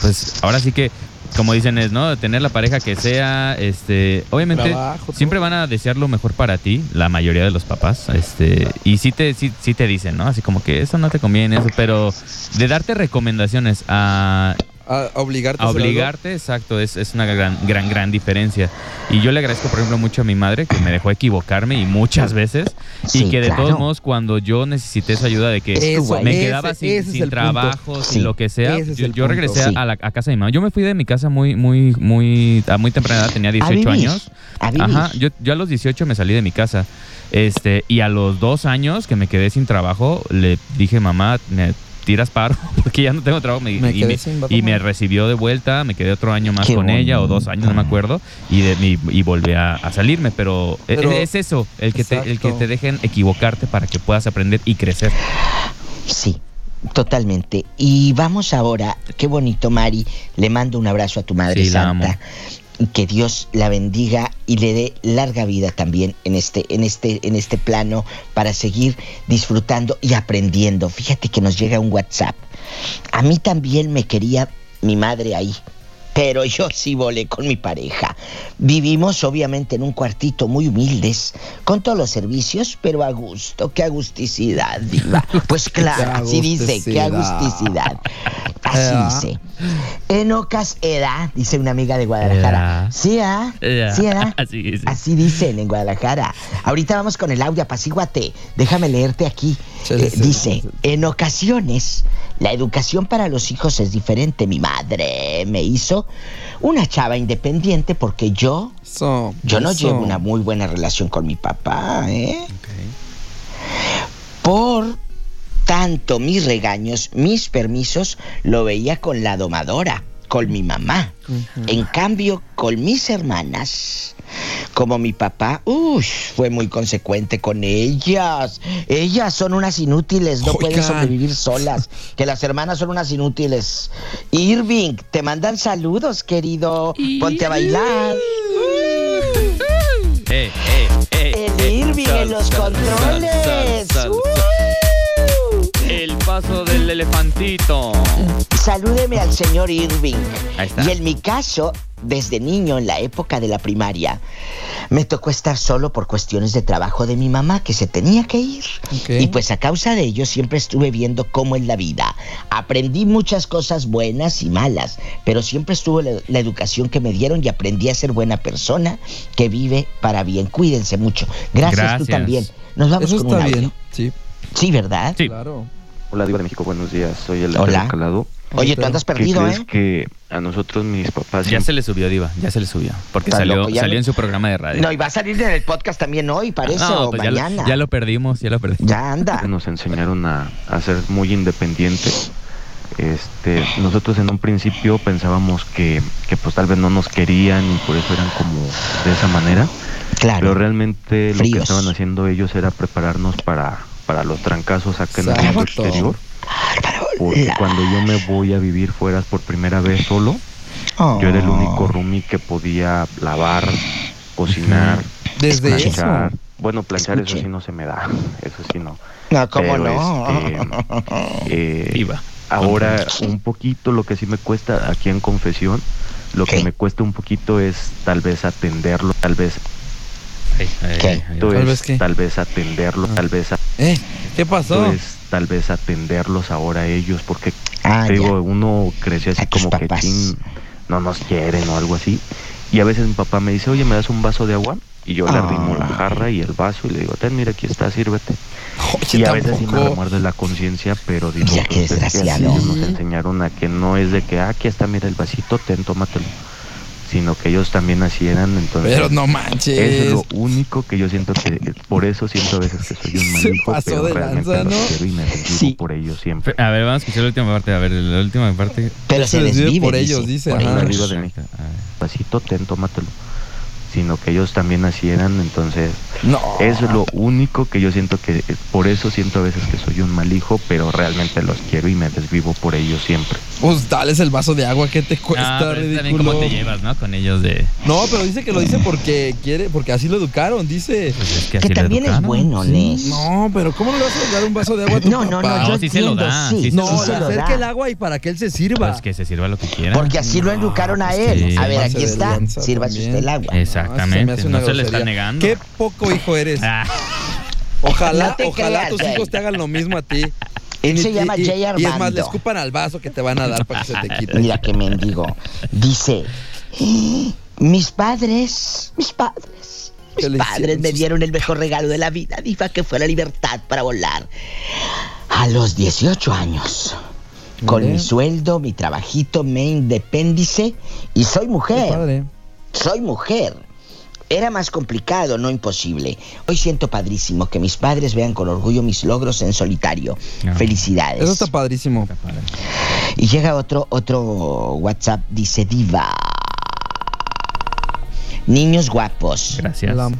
S6: pues ahora sí que, como dicen, es, ¿no? Tener la pareja que sea, este, obviamente,
S11: Trabajo, todo.
S6: siempre van a desear lo mejor para ti, la mayoría de los papás, este, y sí te, sí, sí te dicen, ¿no? Así como que eso no te conviene, eso, pero de darte recomendaciones a
S11: A a obligarte
S6: a
S11: hacer
S6: obligarte, exacto, es, es una gran, gran, gran diferencia. Y yo le agradezco, por ejemplo, mucho a mi madre que me dejó equivocarme y muchas veces.
S5: Sí,
S6: y que de
S5: claro.
S6: todos modos, cuando yo necesité su ayuda de que
S11: algo. Eso,
S6: me
S11: ese-
S6: quedaba sin,
S11: ese es
S6: sin
S11: el punto.
S6: trabajo,
S5: Sí,
S6: sin lo que sea,
S11: ese es
S6: yo,
S11: el
S6: yo
S11: punto.
S6: regresé a-
S5: Sí.
S6: a, la, a casa de mi mamá. Yo me fui de mi casa muy, muy, muy, a muy temprana edad, tenía 18
S5: a vivir,
S6: años.
S5: A vivir.
S6: Ajá, yo, yo a los 18 me salí de mi casa. Este, y a los dos años que me quedé sin trabajo, le dije, mamá, me tiras paro porque ya no tengo trabajo. Me-
S11: Me
S6: y,
S11: quedé
S6: me,
S11: sin
S6: y me
S11: trabajo.
S6: recibió de vuelta, me quedé otro año más
S5: Qué
S6: con ella, o dos
S5: bonito.
S6: años, no me acuerdo, y, de, y, y volví a, a salirme. Pero, e-
S11: Pero-
S6: es eso, el que, te, el que
S11: Exacto.
S6: te dejen equivocarte para que puedas aprender y crecer.
S5: Sí, totalmente. Y vamos ahora, qué bonito, Mari. Le mando un abrazo a tu madre
S6: Sí, la
S5: santa.
S6: amo.
S5: Y Que Dios la bendiga y le dé larga vida también en este, en este, en este plano para seguir disfrutando y aprendiendo. Fíjate que nos llega un WhatsApp. A mí también me quería mi madre ahí. Pero yo sí volé con mi pareja. Vivimos obviamente en un cuartito muy humildes, con todos los servicios, pero a gusto. ¡Qué agusticidad, diva! Pues claro, así dice, ¡qué agusticidad!
S11: agusticidad.
S6: Eh,
S5: Así dice. En ocas edad, dice una amiga de Guadalajara.
S6: Edad.
S5: Sí, ¿ah?
S6: Edad.
S5: Sí, ¿ah?
S6: eh, Así, sí.
S5: Así dicen en Guadalajara. Ahorita vamos con el audio, apacíguate. Déjame leerte aquí.
S11: Chale,
S5: Eh,
S11: sí,
S5: dice,
S11: sí, sí.
S5: en ocasiones, la educación para los hijos es diferente. Mi madre me hizo una chava independiente porque yo,
S11: Eso,
S5: yo
S7: pues
S5: no
S11: eso.
S5: llevo una muy buena relación con mi papá, ¿eh? Por tanto, mis regaños, mis permisos, lo veía con la domadora. con mi mamá. En cambio, con mis hermanas, como mi papá, uy, fue muy consecuente con ellas. Ellas son unas inútiles, no pueden
S11: Oigan.
S5: sobrevivir solas. Que las hermanas son unas inútiles. Irving, te mandan saludos, querido. Ponte a bailar.
S8: Eh, eh, eh,
S5: El
S8: eh.
S5: Irving en los
S8: Sal, sal,
S5: controles.
S8: sal, sal, sal. El paso del elefantito.
S5: Salúdeme al señor Irving.
S8: Ahí está.
S5: Y en mi caso, desde niño, en la época de la primaria, me tocó estar solo por cuestiones de trabajo de mi mamá que se tenía que ir.
S11: Ok.
S5: Y pues a causa de ello siempre estuve viendo cómo es la vida. Aprendí muchas cosas buenas y malas, pero siempre estuvo la, la educación que me dieron y aprendí a ser buena persona que vive para bien. Cuídense mucho. Gracias, tú
S6: Gracias.
S5: también. Nos vamos
S11: Eso
S5: con un
S11: está
S5: audio.
S11: bien. Sí,
S5: Sí, ¿verdad?
S6: Sí.
S11: claro.
S12: Hola Diva de México, buenos días. Soy el
S5: Hola.
S12: Calado.
S5: Oye, tú andas
S12: ¿Qué
S5: perdido,
S12: crees
S5: ¿eh?
S12: que a nosotros mis papás
S6: Ya se le subió, Diva, ya se le subió. Porque
S5: Está
S6: salió,
S5: loco, ya
S6: salió
S5: lo-
S6: en su programa de radio.
S5: No, y va a salir en el podcast también hoy, parece,
S6: No,
S5: o
S6: pues ya lo-
S5: mañana.
S6: Ya, lo perdimos, ya lo perdimos.
S5: Ya anda.
S12: nos enseñaron a, a ser muy independientes? Este, nosotros en un principio pensábamos que, que pues tal vez no nos querían y por eso eran como de esa manera. Pero
S5: Claro.
S12: realmente lo que
S5: Fríos.
S12: estaban haciendo ellos era prepararnos para, para los trancazos acá en el mundo
S11: Exacto.
S12: exterior. Porque cuando yo me voy a vivir fuera por primera vez solo,
S5: Oh.
S12: yo era el único roomie que podía lavar, cocinar,
S11: Desde eso.
S12: planchar. Bueno, planchar
S5: Escuche.
S12: eso sí no se me da, eso sí no.
S5: No, Ah, cómo
S12: Pero,
S5: no.
S12: Eh,
S6: Iba.
S12: ahora un poquito lo que sí me cuesta aquí en confesión, lo
S5: ¿Qué?
S12: que me cuesta un poquito es tal vez atenderlo, tal vez
S6: Ay, ay,
S5: ¿Qué?
S6: ay, Ah. ay.
S12: tal,
S11: vez qué?
S12: tal vez atenderlo, tal vez
S11: ¿Eh? ¿Qué pasó?
S5: Pues,
S12: entonces, tal vez atenderlos ahora a ellos, porque
S5: Ah,
S12: te
S5: ya.
S12: digo, uno crece así
S5: A tus
S12: como que
S5: papás.
S12: "Chin, no nos quieren o algo así. Y a veces mi papá me dice, oye, ¿me das un vaso de agua? Y yo le
S5: Ah.
S12: arrimo la jarra y el vaso y le digo, ten, mira, aquí está, sírvete.
S11: Oye,
S12: y a veces sí me
S11: tampoco.
S12: remuerde la conciencia, pero digo,
S5: Mira qué
S12: "Pues es que así
S5: desgraciado".
S12: ellos nos enseñaron a que no es de que, "Ah, aquí está, mira el vasito, ten, tómatelo. Sino que ellos también así eran, entonces...
S11: Pero no
S12: Eso es
S11: manches.
S12: lo único que yo siento que eh, por eso siento a veces que soy un
S11: Se
S12: manico,
S11: pasó
S12: pero
S11: de
S12: realmente
S11: lanza,
S12: los
S11: ¿no?
S12: quiero y me desvivo
S5: Sí.
S12: por ellos
S6: Fe-
S12: siempre.
S6: A ver, vamos a escuchar la última parte. A ver, la última parte.
S5: Pero se
S11: se desvive
S5: desvive.
S11: por ellos, dice,
S5: por
S12: Por
S11: ajá.
S12: la
S5: ellos.
S12: vida de mi ah, pasito, ten, tómatelo. Sino que ellos también así eran, entonces
S11: No.
S12: es lo único que yo siento que eh, por eso siento a veces que soy un mal hijo, pero realmente los quiero y me desvivo por ellos siempre.
S11: Pues dales el vaso de agua que te
S6: Ah,
S11: cuesta,
S6: pero es también
S11: ridículo.
S6: cómo te llevas, ¿no? Con ellos de.
S11: No, pero dice que lo dice porque quiere, porque así lo educaron, dice.
S6: Pues es que así
S5: Que
S6: lo
S5: también es
S6: educaron.
S5: bueno, Les.
S11: No, pero ¿cómo no le vas a dar un vaso de agua a tu
S5: No, no,
S11: papá?
S5: no, yo
S6: No, sí se lo
S5: entiendo,
S6: da,
S5: sí.
S6: sí se
S11: No,
S6: lo
S5: sí
S11: le
S5: se lo
S11: acerca
S5: da.
S11: el agua y para que él se sirva.
S6: Pues que se sirva lo que quiera.
S5: Porque así lo educaron a
S6: pues
S5: él.
S6: sí.
S5: A ver,
S11: Pase
S5: aquí
S11: de
S5: está.
S11: lanza
S5: Sírvase
S11: también.
S5: usted el agua.
S11: No,
S6: Exactamente.
S11: eso
S6: No
S11: se
S6: se,
S11: me hace una
S6: le está
S11: grosería.
S6: negando.
S11: Qué poco hijo eres.
S6: Ah,
S11: Ojalá,
S5: No te
S11: ojalá
S5: creas,
S11: tus
S5: güey.
S11: hijos te hagan lo mismo a ti.
S5: Él
S11: Y-
S5: se
S11: y-
S5: llama
S11: y-
S5: Jay
S11: Y es más, le
S5: Armando.
S11: escupan al vaso que te van a dar para que se te quite.
S5: Mira qué mendigo. Dice, mis padres, mis padres,
S11: ¿Qué le
S5: mis padres
S11: hicieron
S5: me
S11: sus-
S5: dieron el mejor regalo de la vida, diva, que fue la libertad para volar. A los 18 años, con
S11: Mira.
S5: mi sueldo, mi trabajito, me independicé y soy
S11: Qué
S5: mujer.
S11: padre.
S5: Soy mujer. Era más complicado, no imposible. Hoy siento padrísimo que mis padres vean con orgullo mis logros en solitario.
S6: No.
S5: Felicidades.
S11: Eso Ah. está padrísimo.
S5: Y llega otro, otro WhatsApp, dice Diva. Niños guapos,
S6: gracias.
S11: La-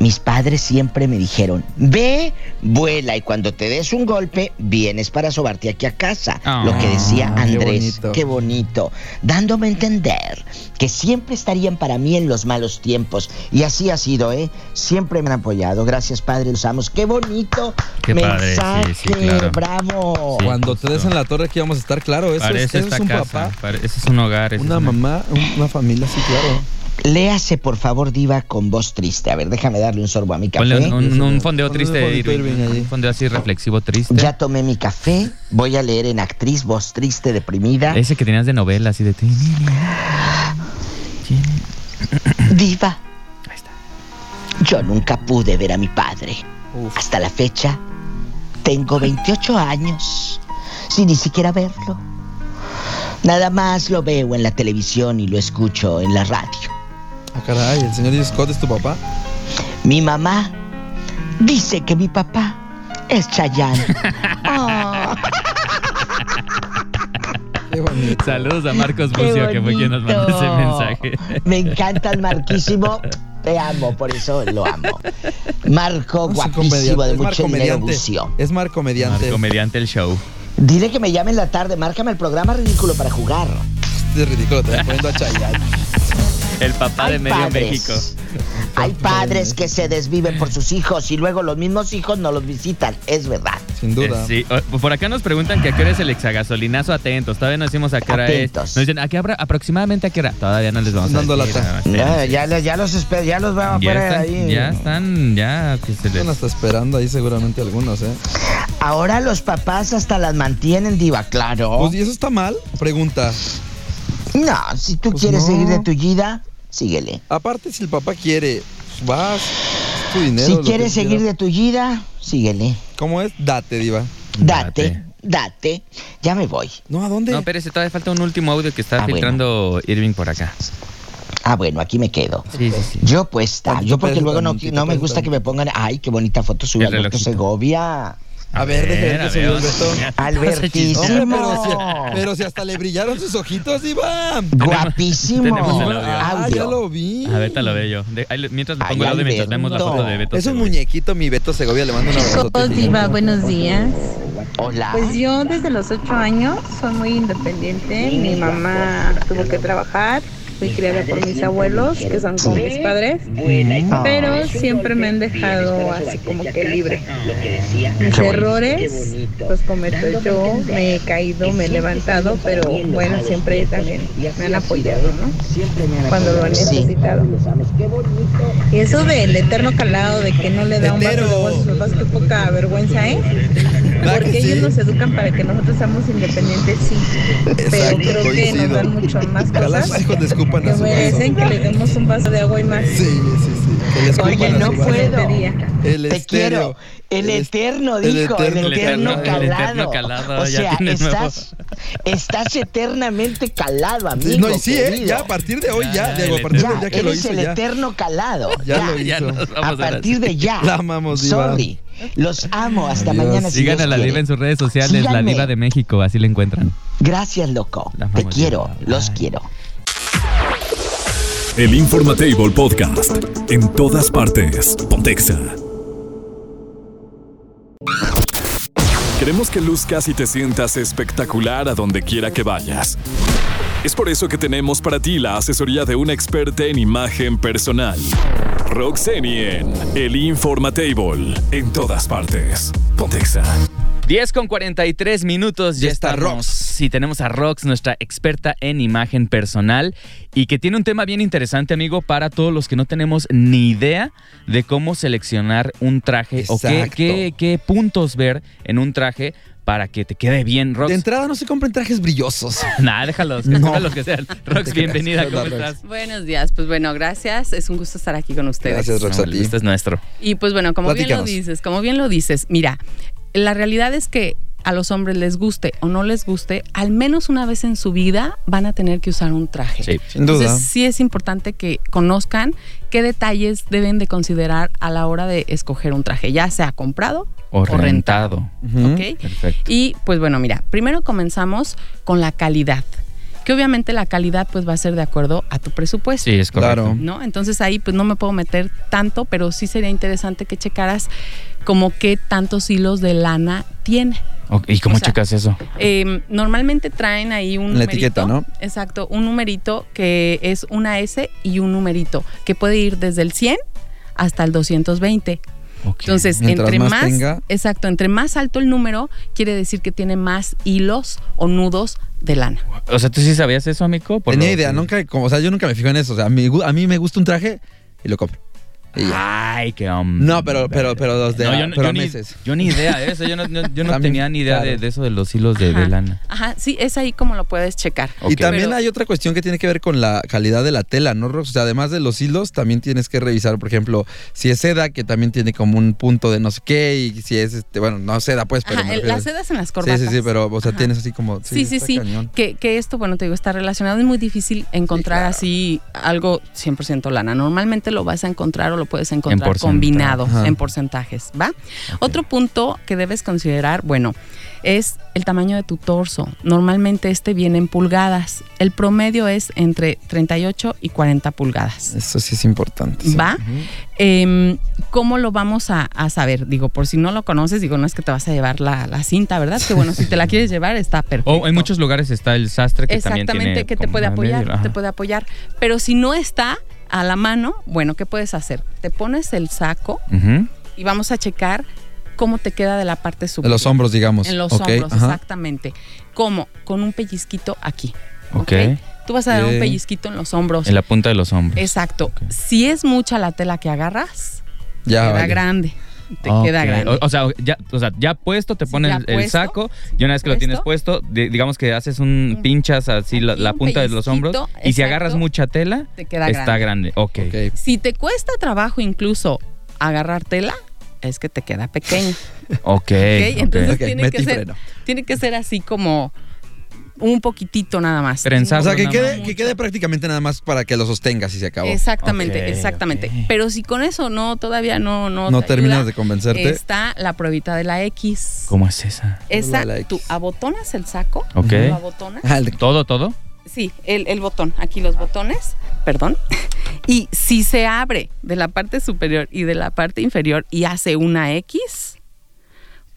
S5: mis padres siempre me dijeron, ve, vuela y cuando te des un golpe, vienes para sobarte aquí a casa.
S6: Ah,
S5: Lo que decía
S11: qué
S5: Andrés,
S11: bonito.
S5: qué bonito. Dándome a entender que siempre estarían para mí en los malos tiempos. Y así ha sido, ¿eh? Siempre me han apoyado. Gracias, padre, los amos. Qué bonito
S6: Qué padre, sí,
S5: mensaje.
S6: sí, claro.
S5: Bravo.
S6: Sí,
S11: Cuando te des
S6: justo.
S11: en la torre aquí vamos a estar, claro. Eso, es, eso
S6: Parece esta
S11: es un
S6: casa.
S11: papá,
S6: pare- ese es un hogar. ese
S11: una
S6: es
S11: mamá, un- una familia, sí, claro.
S5: Léase, por favor, Diva, con voz triste. A ver, déjame darle un sorbo a mi café.
S6: Ponle un, un- un
S11: Ponle
S6: fondeo
S11: un
S6: triste de
S11: fondito,
S6: Irving.
S11: Irving, ahí.
S6: Un fondeo así reflexivo triste.
S5: Ya tomé mi café. Voy a leer en actriz, voz triste, deprimida.
S6: Ese que tenías de novela, así de ti.
S5: Diva. Yo nunca pude ver a mi padre. Hasta la fecha, tengo 28 años, sin ni siquiera verlo. Nada más lo veo en la televisión y lo escucho en la radio.
S11: Ah, caray, el señor Scott es tu papá.
S5: Mi mamá dice que mi papá es Chayanne. Ah.
S11: Qué
S6: Saludos a Marcos Bucio, que fue quien nos mandó ese mensaje.
S5: Me encanta el Marquísimo. Te amo, por eso lo amo. Marco, guapísimo, de mucho dinero, Bucio.
S7: Es Marco Mediante.
S6: Marco Mediante el show.
S5: Dile que me llame en la tarde. Márcame el programa ridículo para jugar.
S11: Este
S7: Es ridículo, te voy poniendo a Chayanne.
S6: El papá
S5: Hay
S6: de Medio
S5: padres.
S6: México.
S5: Hay padres que se desviven por sus hijos y luego los mismos hijos no los visitan. Es verdad.
S7: Sin
S6: duda. Eh, sí, o- por acá nos preguntan que a qué hora es el exagasolinazo. Atentos, todavía no decimos a qué hora
S5: Atentos.
S6: es. Nos dicen, ¿a qué hora? aproximadamente a qué hora? Todavía no les vamos
S7: Dando
S6: a decir.
S7: lata.
S6: nada más.
S5: Ya, ya, les- ya los espero, ya los vamos a
S6: Ya
S5: poner
S6: están,
S5: ahí.
S6: ya están, ya que se les...
S7: Están hasta esperando ahí seguramente algunos, ¿eh?
S5: Ahora los papás hasta las mantienen diva, claro.
S7: Pues, ¿y eso está mal? Pregunta.
S5: No, si tú quieres
S7: Pues no.
S5: seguir de tu vida, síguele.
S7: Aparte, si el papá quiere, pues, vas, es tu dinero.
S5: Si
S7: lo que
S5: quieres seguir
S7: quieras.
S5: de tu vida, síguele.
S7: ¿Cómo es? Date, diva.
S5: Date, date. Ya me voy.
S7: No, ¿a dónde?
S6: No, espérese, todavía falta un último audio que está
S5: Ah, bueno.
S6: filtrando Irving por acá.
S5: Ah, bueno, aquí me quedo.
S6: Sí, sí, sí.
S5: Yo pues, puesta, yo porque
S7: parece
S5: luego no,
S7: tantito,
S5: no me
S7: parece
S5: gusta que
S7: tantito.
S5: me pongan, ay, qué bonita foto subió
S6: El
S5: Alberto
S6: relojito.
S5: Segovia.
S7: A ver, deja ver
S6: a
S7: que subió
S6: vamos a
S7: Alberto.
S6: chismear.
S7: Hombre, pero si,
S5: Albertísimo.
S7: pero si hasta le brillaron sus ojitos, diva.
S5: Guapísimo.
S6: Tenemos el audio.
S7: Ah, ya
S5: Audio.
S7: lo vi.
S6: A Beta lo veo yo. De- ahí le- mientras le
S5: Ay,
S6: pongo el audio, mientras vemos la
S5: Alberto.
S6: foto de Beto.
S7: Es un
S6: Segovia.
S7: muñequito, mi Beto Segovia. Le mando un
S13: Chicos,
S7: abrazo.
S13: Diva, buenos días.
S5: Hola.
S13: Pues yo desde los ocho años soy muy independiente. Mi mamá tuvo que trabajar. Fui criada por mis abuelos, que son como mis padres. Pero siempre me han dejado así como Ah. que libre. Mis errores los cometo yo, me he caído, me he levantado, pero bueno, siempre también me han apoyado, ¿no? Cuando lo han necesitado. Y eso del eterno calado de que no le da un vaso de
S7: Hetero.
S13: agua a sus papás, qué poca vergüenza, ¿eh?
S7: ¿Verdad
S13: Porque
S7: que sí?
S13: ellos nos educan para que nosotros seamos independientes, sí. Pero
S7: Exacto,
S13: creo que nos
S7: coincido.
S13: dan mucho más
S7: Ojalá sus
S13: cosas
S7: hijos le escupan
S13: que
S7: a su beso.
S13: merecen que le demos un vaso de agua y más.
S7: Sí, sí, sí. Que le escupan
S5: Oye,
S7: a su
S5: no
S7: beso.
S5: puedo.
S13: Día.
S7: El
S5: Te
S7: estéreo.
S5: quiero. El eterno,
S7: el
S5: dijo. El
S7: eterno
S5: eterno,
S6: calado.
S5: calado.
S6: El eterno calado,
S5: O
S6: ya
S5: sea,
S6: tienes
S5: estás, estás eternamente calado, amigo.
S7: No, y sí, ¿eh?
S5: querido.
S7: Ya a partir de hoy,
S6: Ya,
S7: ya.
S6: ya,
S7: Diego,
S6: el
S7: a partir
S5: Ya,
S7: del día que lo
S5: eres
S7: hizo,
S5: el
S7: ya.
S5: eterno calado.
S7: Ya lo hizo.
S6: Ya nos
S5: A
S6: vamos
S5: partir de ya.
S7: La amamos, Diva.
S5: Sorry. Los amo. Hasta
S7: Adiós.
S5: mañana. si
S6: Sigan
S5: Dios
S6: a la
S5: quiere.
S6: diva en sus redes sociales, la
S5: Síganme.
S6: diva de México, así la encuentran.
S5: Gracias, loco.
S6: La
S5: Te
S6: amamos,
S5: quiero.
S6: Diva.
S5: Los
S6: Bye.
S5: quiero.
S1: El Informatable Podcast. En todas partes. Pontexa. Queremos que luzcas y te sientas espectacular a donde quiera que vayas. Es por eso que tenemos para ti la asesoría de una experta en imagen personal. Roxenie en El Informatable. En todas partes. Pontexa.
S6: 10 con 43 minutos, ya
S7: Ya está
S6: está Rox.
S7: Rox.
S6: Sí, tenemos a Rox, nuestra experta en imagen personal y que tiene un tema bien interesante, amigo, para todos los que no tenemos ni idea de cómo seleccionar un traje o qué,
S7: Exacto.
S6: qué, qué puntos ver en un traje para que te quede bien, Rox.
S7: De entrada no se compren trajes brillosos.
S6: Nah, déjalos, que sean los que sean. Rox,
S7: creas,
S6: bienvenida,
S7: hola,
S6: ¿cómo
S7: Rox.
S6: estás?
S14: Buenos días, pues bueno, gracias. Es un gusto estar aquí con ustedes.
S7: Gracias, Rox,
S6: No,
S7: a
S6: el
S7: ti.
S6: gusto Este es nuestro.
S14: Y pues bueno, como bien lo
S7: Platícanos.
S14: dices, como bien lo dices, mira, la realidad es que a los hombres les guste o no les guste, al menos una vez en su vida van a tener que usar un traje.
S6: Sí.
S7: Sin duda.
S14: Entonces sí es importante que conozcan qué detalles deben de considerar a la hora de escoger un traje, ya sea comprado
S6: O
S14: o rentado.
S6: rentado.
S7: Ujú.
S14: ¿ok?
S6: Perfecto.
S14: Y pues bueno, mira, primero comenzamos con la calidad, que obviamente la calidad pues va a ser de acuerdo a tu presupuesto.
S6: Sí, es correcto.
S7: Claro.
S14: ¿no? Entonces ahí pues no me puedo meter tanto, pero sí sería interesante que checaras como qué tantos hilos de lana tiene.
S6: Ok, ¿Y cómo
S14: O sea,
S6: checas eso?
S14: Eh, normalmente traen ahí un
S7: En la
S14: numerito,
S7: etiqueta, ¿no?
S14: Exacto, un numerito que es una S y un numerito que puede ir desde el 100 hasta el 220.
S6: Ok.
S14: Entonces,
S7: Mientras
S14: entre
S7: más
S14: más,
S7: tenga.
S14: exacto, entre más alto el número, quiere decir que tiene más hilos o nudos de lana.
S6: o sea, ¿tú sí sabías eso, amigo? Por
S7: Tenía
S6: lo-
S7: idea, nunca, como, o sea, yo nunca me fijo en eso. O sea, a mí, a mí me gusta un traje y lo compro. Y ya.
S6: Ay, qué hombre.
S7: No, pero- pero- pero los de-
S6: No, yo, no-
S7: pero
S6: yo ni,
S7: meses.
S6: yo ni idea de eso. Yo no, yo- yo no
S7: También,
S6: tenía ni idea
S7: claro.
S6: de, de eso de los hilos de, de
S14: Ajá.
S6: lana.
S14: Ajá, sí, es ahí como lo puedes checar.
S7: Y también
S14: Pero-
S7: hay otra cuestión que tiene que ver con la calidad de la tela, ¿no, Rox? O sea, además de los hilos, también tienes que revisar, por ejemplo, si es seda, que también tiene como un punto de no sé qué, y si es, este, bueno, no seda, pues, pero...
S14: Ajá,
S7: me
S14: el-
S7: refiero-
S14: las sedas en las corbatas.
S7: Sí, sí, sí, pero, o sea,
S14: Ajá.
S7: tienes así como...
S14: Sí, sí,
S7: está
S14: sí.
S7: cañón.
S14: Que, que esto, bueno, te digo, está relacionado. Es muy difícil encontrar así algo 100% lana. Normalmente lo vas a encontrar o lo puedes encontrar
S6: porcentaje,
S14: combinado
S6: ajá.
S14: en porcentajes, ¿va? Otro punto que debes considerar, bueno, es el tamaño de tu torso. Normalmente este viene en pulgadas. El promedio es entre 38 y 40 pulgadas.
S7: Eso sí es importante. sí.
S14: ¿Va? Em, ¿Cómo lo vamos a, a saber? Digo, por si no lo conoces, digo, no es que te vas a llevar la, la cinta, ¿verdad? Que bueno, si te la quieres llevar, está perfecto.
S6: O Oh, en muchos lugares está el sastre que también
S14: Exactamente,
S6: tiene...
S14: que te
S6: como
S14: puede
S6: a
S14: apoyar,
S6: medio, ajá.
S14: te puede apoyar. Pero si no está a la mano, bueno, ¿qué puedes hacer? Te pones el saco
S7: Ujú.
S14: y vamos a checar cómo te queda de la parte superior.
S7: los hombros, digamos.
S14: En los
S7: Ok,
S14: hombros,
S7: ajá.
S14: exactamente. ¿Cómo? Con un pellizquito aquí.
S6: Ok.
S14: Tú vas a dar
S6: Eh,
S14: un pellizquito en los hombros.
S6: En la punta de los hombros.
S14: Exacto. Si es mucha la tela que agarras,
S6: Ya
S7: Ah,
S14: queda
S6: valió.
S14: grande. Te
S6: Ok.
S14: queda grande.
S6: O, o sea, ya, o sea, ya puesto, te ponen
S14: ya
S6: el- el,
S14: puesto,
S6: saco y una vez que lo tienes puesto, di- digamos que haces
S14: Mm.
S6: un pinchas así la, la punta de los hombros y si
S14: exacto.
S6: agarras mucha tela,
S14: Te queda
S6: está grande. Ok.
S14: Si te cuesta trabajo incluso agarrar tela, es que te queda pequeño.
S6: Ok. Ok,
S14: ¿ok? Entonces tiene, que ser, tiene que ser así como un poquitito nada más.
S7: o sea, que
S14: No
S7: quede,
S14: mucho.
S7: que quede prácticamente nada más para que lo sostengas y se acabó.
S14: Exactamente, exactamente. Pero si con eso no, todavía no... No,
S7: No
S14: te
S7: terminas
S14: ayuda,
S7: de convencerte.
S14: Está la pruebita de la X.
S6: ¿Cómo es esa?
S14: Esa, tú abotonas el saco.
S6: Ok.
S14: Lo abotonas.
S6: ¿Todo, todo?
S14: Sí, el, el botón, aquí los botones, perdón. Y si se abre de la parte superior y de la parte inferior y hace una X,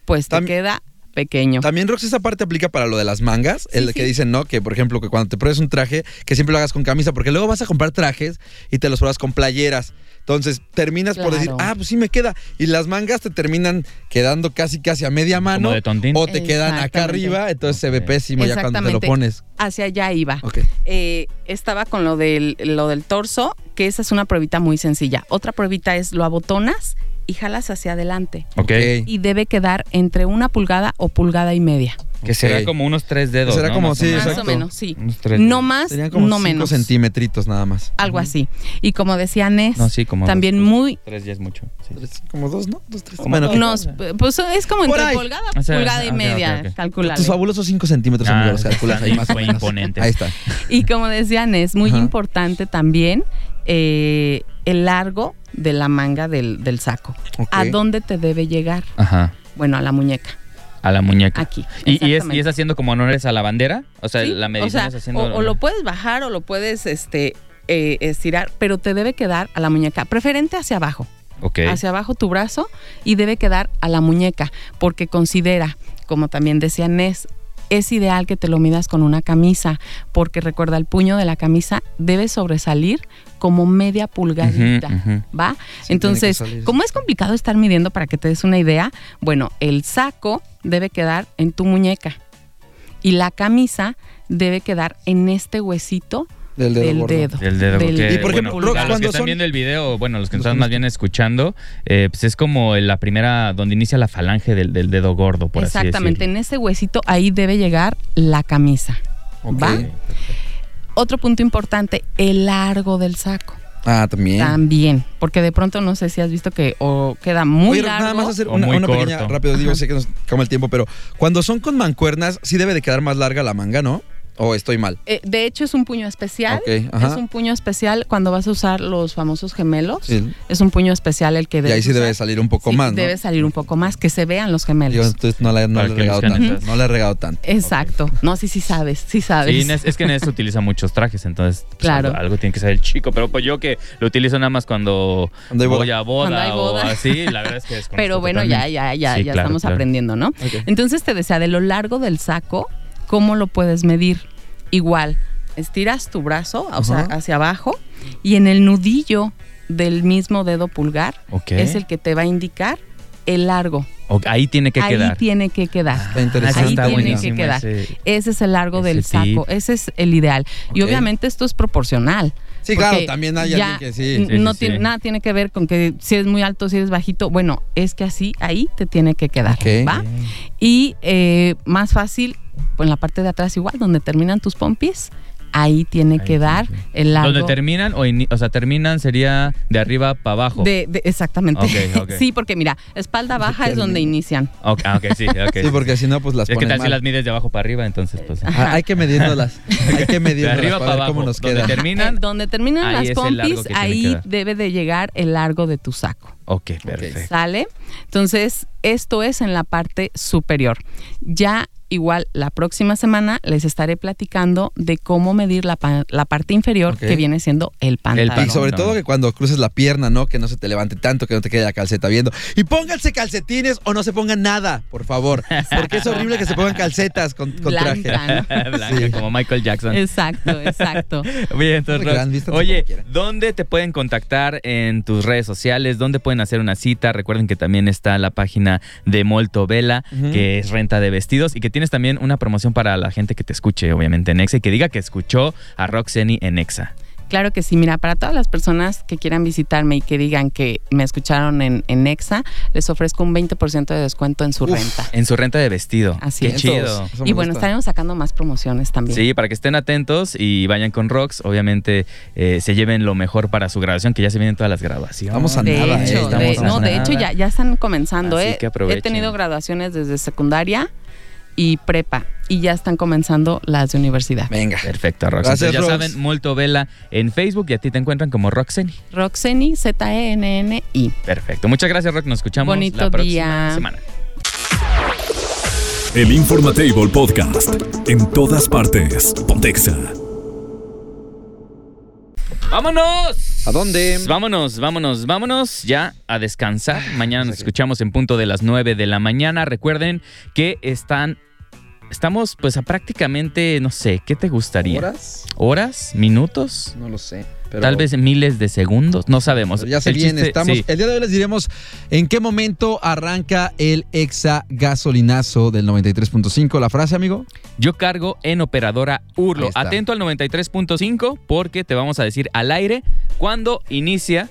S14: pues te queda pequeño.
S7: También, Rox, esa parte aplica para lo de las mangas, el que dicen, ¿no? Que, por ejemplo, que cuando te pruebes un traje, que siempre lo hagas con camisa, porque luego vas a comprar trajes y te los pruebas con playeras. Entonces, terminas por decir,
S11: Claro.
S7: ah, pues sí me queda. Y las mangas te terminan quedando casi, casi a media mano.
S6: de tontín.
S7: O te quedan acá
S14: Exactamente.
S7: arriba, entonces se ve pésimo ya cuando te lo
S14: Exactamente.
S7: pones.
S14: Hacia allá iba.
S7: Ok.
S14: Eh, estaba con lo del, lo del torso, que esa es una pruebita muy sencilla. Otra pruebita es lo abotonas y jalas hacia adelante.
S6: Ok.
S14: Y debe quedar entre una pulgada o pulgada y media.
S6: Que será como unos tres dedos.
S7: Será
S6: ¿no?
S7: como,
S6: Más
S7: sí,
S14: Más
S7: exacto.
S14: o menos, sí.
S6: Unos tres
S14: No más,
S7: Serían como
S14: no
S7: cinco
S14: menos.
S7: centímetritos nada más.
S14: Algo así. Y como decía Nes,
S6: No, sí, como
S14: también
S6: dos,
S14: muy...
S6: Tres ya es mucho. sí.
S7: Como dos, ¿no? Dos, tres.
S6: Bueno, ok.
S14: unos- pues es como
S6: Por
S14: entre
S6: ahí.
S14: pulgada,
S6: O sea,
S14: pulgada
S6: ok,
S14: y
S6: ok,
S14: media,
S6: ok.
S14: calculable.
S7: Tus fabulosos 5 centímetros,
S6: Ah,
S7: amigos, los calculas ahí más o
S6: fue
S7: menos.
S6: imponente.
S7: Ahí está.
S14: Y como decían, es muy
S7: Ajá.
S14: importante también eh, el largo de la manga del, del saco.
S6: Ok.
S14: ¿A dónde te debe llegar?
S6: Ajá.
S14: Bueno, a la muñeca.
S6: A la muñeca.
S14: Aquí,
S6: ¿Y, y es,
S14: exactamente.
S6: y es haciendo como honores a la bandera? O sea, la
S14: O
S6: medicina
S14: sea,
S6: es
S14: o,
S6: haciendo...
S14: o lo puedes bajar o lo puedes este, eh, estirar, pero te debe quedar a la muñeca, preferente hacia abajo.
S6: Ok.
S14: hacia abajo tu brazo y debe quedar a la muñeca, porque considera, como también decía Nes, es ideal que te lo midas con una camisa, porque recuerda, el puño de la camisa debe sobresalir como media pulgadita.
S6: Ujú, ujú.
S14: ¿Va?
S6: que
S14: Entonces,
S6: salir.
S14: como es complicado estar midiendo para que te des una idea, bueno, el saco debe quedar en tu muñeca y la camisa debe quedar en este huesito
S7: del
S14: dedo.
S6: Del dedo. que,
S7: Y por ejemplo,
S6: bueno,
S7: Rox,
S6: a los que
S7: cuando
S6: están
S7: son-
S6: viendo el video, bueno, los que están más bien escuchando, eh, pues es como la primera, donde inicia la falange del, del dedo gordo, por así decirlo.
S14: Exactamente, en ese huesito ahí debe llegar la camisa. ¿Va? Otro punto importante, el largo del saco.
S7: Ah, también.
S14: También, porque de pronto no sé si has visto que o queda muy
S7: Oye, Rox,
S14: largo.
S7: nada más hacer una, una pequeña, rápido, digo, sé que nos come el tiempo, pero cuando son con mancuernas, sí debe de quedar más larga la manga, ¿no? ¿O estoy mal?
S14: Eh, de hecho es un puño especial.
S7: Ok, ajá.
S14: Es un puño especial cuando vas a usar los famosos gemelos.
S7: Sí.
S14: Es un puño especial el que
S7: Y
S14: debes
S7: ahí sí debe de salir un poco
S14: Sí,
S7: más, ¿no?
S14: Debe salir un poco más, que se vean los gemelos.
S7: Yo entonces no la, no
S6: Para
S7: la he
S6: que
S7: regado
S6: los
S7: tanto.
S6: gemelos.
S7: No la he regado tanto.
S14: Exacto. No, sí, sí sabes, sí sabes.
S6: Sí, Nes- es que Nes utiliza muchos trajes, entonces pues,
S14: Claro.
S6: algo, algo tiene que ser el chico. Pero pues yo que lo utilizo nada más cuando,
S7: hay boda.
S6: voy a boda,
S14: Cuando hay boda.
S6: o así, la verdad es que desconozco
S14: Pero bueno, ya,
S6: totalmente.
S14: ya, ya,
S6: Sí,
S14: ya
S6: claro,
S14: estamos
S6: claro.
S14: aprendiendo, ¿no? Entonces te decía, de lo largo del saco, ¿cómo lo puedes medir? Igual, estiras tu brazo, o sea,
S6: Ajá.
S14: hacia abajo, y en el nudillo del mismo dedo pulgar
S6: Ok.
S14: es el que te va a indicar el largo.
S6: Ok, ahí tiene que
S14: Ahí
S6: quedar.
S14: tiene que quedar.
S7: Ah,
S6: interesante.
S14: Ahí
S6: Está
S14: tiene que
S6: buenísimo
S14: quedar.
S6: ese-
S14: Ese, es el largo del saco. Ese es el ideal. Y
S6: Ok.
S14: obviamente esto es proporcional.
S7: Sí, claro,
S14: porque
S7: también hay
S14: ya
S7: alguien que sí. Sí,
S14: No
S7: sí,
S14: tiene,
S7: sí.
S14: nada tiene que ver con que si es muy alto, si eres bajito. Bueno, es que así, ahí te tiene que quedar.
S7: Ok.
S14: ¿va? Y eh, más fácil, pues en la parte de atrás igual, donde terminan tus pompis, ahí tiene que dar el largo.
S6: Donde terminan, o, ini- o sea, terminan sería de arriba para abajo.
S14: de- de- exactamente.
S6: Ok, ok.
S14: sí, porque mira, espalda baja es donde inician.
S6: Ok, ah, ok, sí, ok.
S11: Sí, porque si no, pues las
S6: Es que
S11: ponen
S6: tal si
S11: mal.
S6: las mides de abajo para arriba, entonces pues...
S11: Ah, Hay que mediéndolas. Hay que
S6: De
S11: medirlas
S6: arriba
S11: para,
S6: para
S11: ver
S6: abajo,
S11: cómo nos
S6: donde
S11: queda.
S6: terminan...
S14: Eh, donde terminan
S6: ahí es
S14: las
S6: el largo
S14: pompis,
S6: que tiene que
S14: ahí
S6: dar.
S14: debe de llegar el largo de tu saco.
S6: Ok, perfecto.
S14: ¿Sale? Entonces, esto es en la parte superior. Ya igual la próxima semana les estaré platicando de cómo medir la, pa- la parte inferior
S11: Ok.
S14: que viene siendo el pantalón.
S11: Y sobre todo que cuando cruces la pierna, ¿no? Que no se te levante tanto, que no te quede la calceta viendo. Y pónganse calcetines o no se pongan nada, por favor. Porque es horrible que se pongan calcetas con, con traje.
S6: Blanca, como Michael Jackson.
S14: Exacto, exacto.
S6: Oye, entonces,
S11: Gran,
S6: Rox,
S11: vístanse
S6: oye,
S11: como
S6: ¿dónde te pueden contactar en tus redes sociales? ¿Dónde pueden hacer una cita? Recuerden que también está la página de Molto Vela,
S11: Ujú.
S6: que es renta de vestidos, y que tienes también una promoción para la gente que te escuche, obviamente, en Exa, y que diga que escuchó a Roxeni en Exa.
S14: Claro que sí, mira, para todas las personas que quieran visitarme y que digan que me escucharon en, en Exa, les ofrezco un 20% de descuento en su renta.
S6: En su renta de vestido.
S14: Así
S6: Qué
S14: es.
S6: chido.
S14: Y bueno, estaremos sacando más promociones también.
S6: Sí, para que estén atentos y vayan con Rox, obviamente eh, se lleven lo mejor para su grabación, que ya se vienen todas las grabaciones. Vamos
S14: de
S6: eh,
S11: eh,
S14: hecho, de- no, de hecho ya, ya están comenzando.
S6: Así
S14: eh.
S6: que aprovechen.
S14: He tenido graduaciones desde secundaria y prepa y ya están comenzando las de universidad.
S11: Venga.
S6: Perfecto, Rox.
S11: Gracias,
S6: Entonces, ya
S11: Rox.
S6: saben, Molto Vela en Facebook y a ti te encuentran como Roxeni.
S14: Roxeni, E Z-E-N-N-I.
S6: Perfecto. Muchas gracias, Rox. Nos escuchamos la
S14: Bonito
S6: próxima
S14: día.
S6: semana.
S1: El Informatable Podcast. En todas partes. Pontexa.
S6: ¡Vámonos!
S11: ¿A dónde? Ah,
S6: Vámonos, vámonos, vámonos ya a descansar. Mañana nos escuchamos en punto de las 9 de la mañana. Recuerden que están. Estamos pues a prácticamente, no sé, ¿qué te gustaría?
S11: ¿Horas?
S6: ¿Horas? ¿Minutos?
S11: No lo sé. pero-
S6: Tal vez miles de segundos, no sabemos.
S11: Ya se
S6: El
S11: viene,
S6: chiste-
S11: estamos.
S6: sí.
S11: El día de hoy les diremos en qué momento arranca el exa gasolinazo del 93.5. La frase, amigo.
S6: Yo cargo en operadora
S11: Ahí
S6: Urlo.
S11: está.
S6: Atento al 93.5 porque te vamos a decir al aire cuándo inicia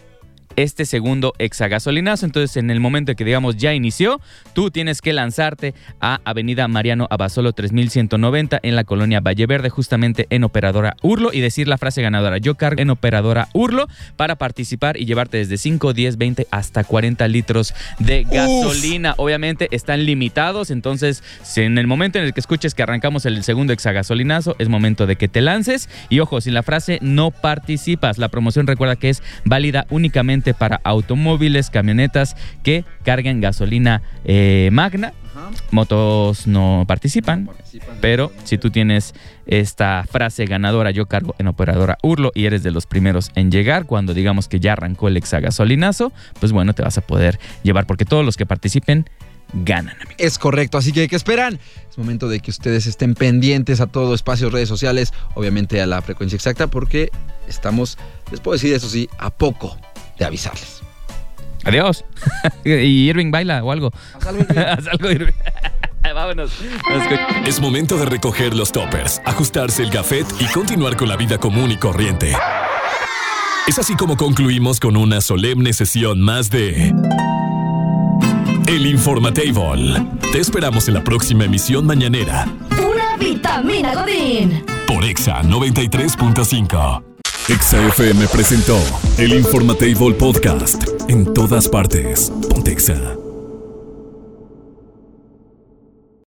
S6: este segundo hexagasolinazo. Entonces, en el momento en que digamos ya inició, tú tienes que lanzarte a Avenida Mariano Abasolo 3190 en la colonia Valle Verde, justamente en operadora Urlo y decir la frase ganadora. Yo cargo en operadora Urlo para participar y llevarte desde 5, 10, 20 hasta 40 litros de gasolina. Obviamente están limitados, entonces si en el momento en el que escuches que arrancamos el segundo hexagasolinazo, es momento de que te lances. Y ojo, sin la frase no participas. La promoción recuerda que es válida únicamente para automóviles, camionetas que carguen gasolina eh, magna. Motos no participan, pero si tú tienes esta frase ganadora, yo cargo en operadora Urlo y eres de los primeros en llegar, cuando digamos que ya arrancó el hexagasolinazo, pues bueno, te vas a poder llevar porque todos los que participen ganan.
S11: Es correcto, así que ¿qué esperan? Es momento de que ustedes estén pendientes a todo, espacios, redes sociales, obviamente a la frecuencia exacta, porque estamos, les puedo decir eso sí, a poco de avisarles.
S6: Adiós. y Irving baila o algo. Haz algo, Irving. Vámonos.
S1: Es momento de recoger los toppers, ajustarse el gafet y continuar con la vida común y corriente. Es así como concluimos con una solemne sesión más de El Informatable. Te esperamos en la próxima emisión mañanera
S3: Una vitamina Godín.
S1: por Exa 93.5. Exa FM presentó El Informatable Podcast en todas partes. Pontexa.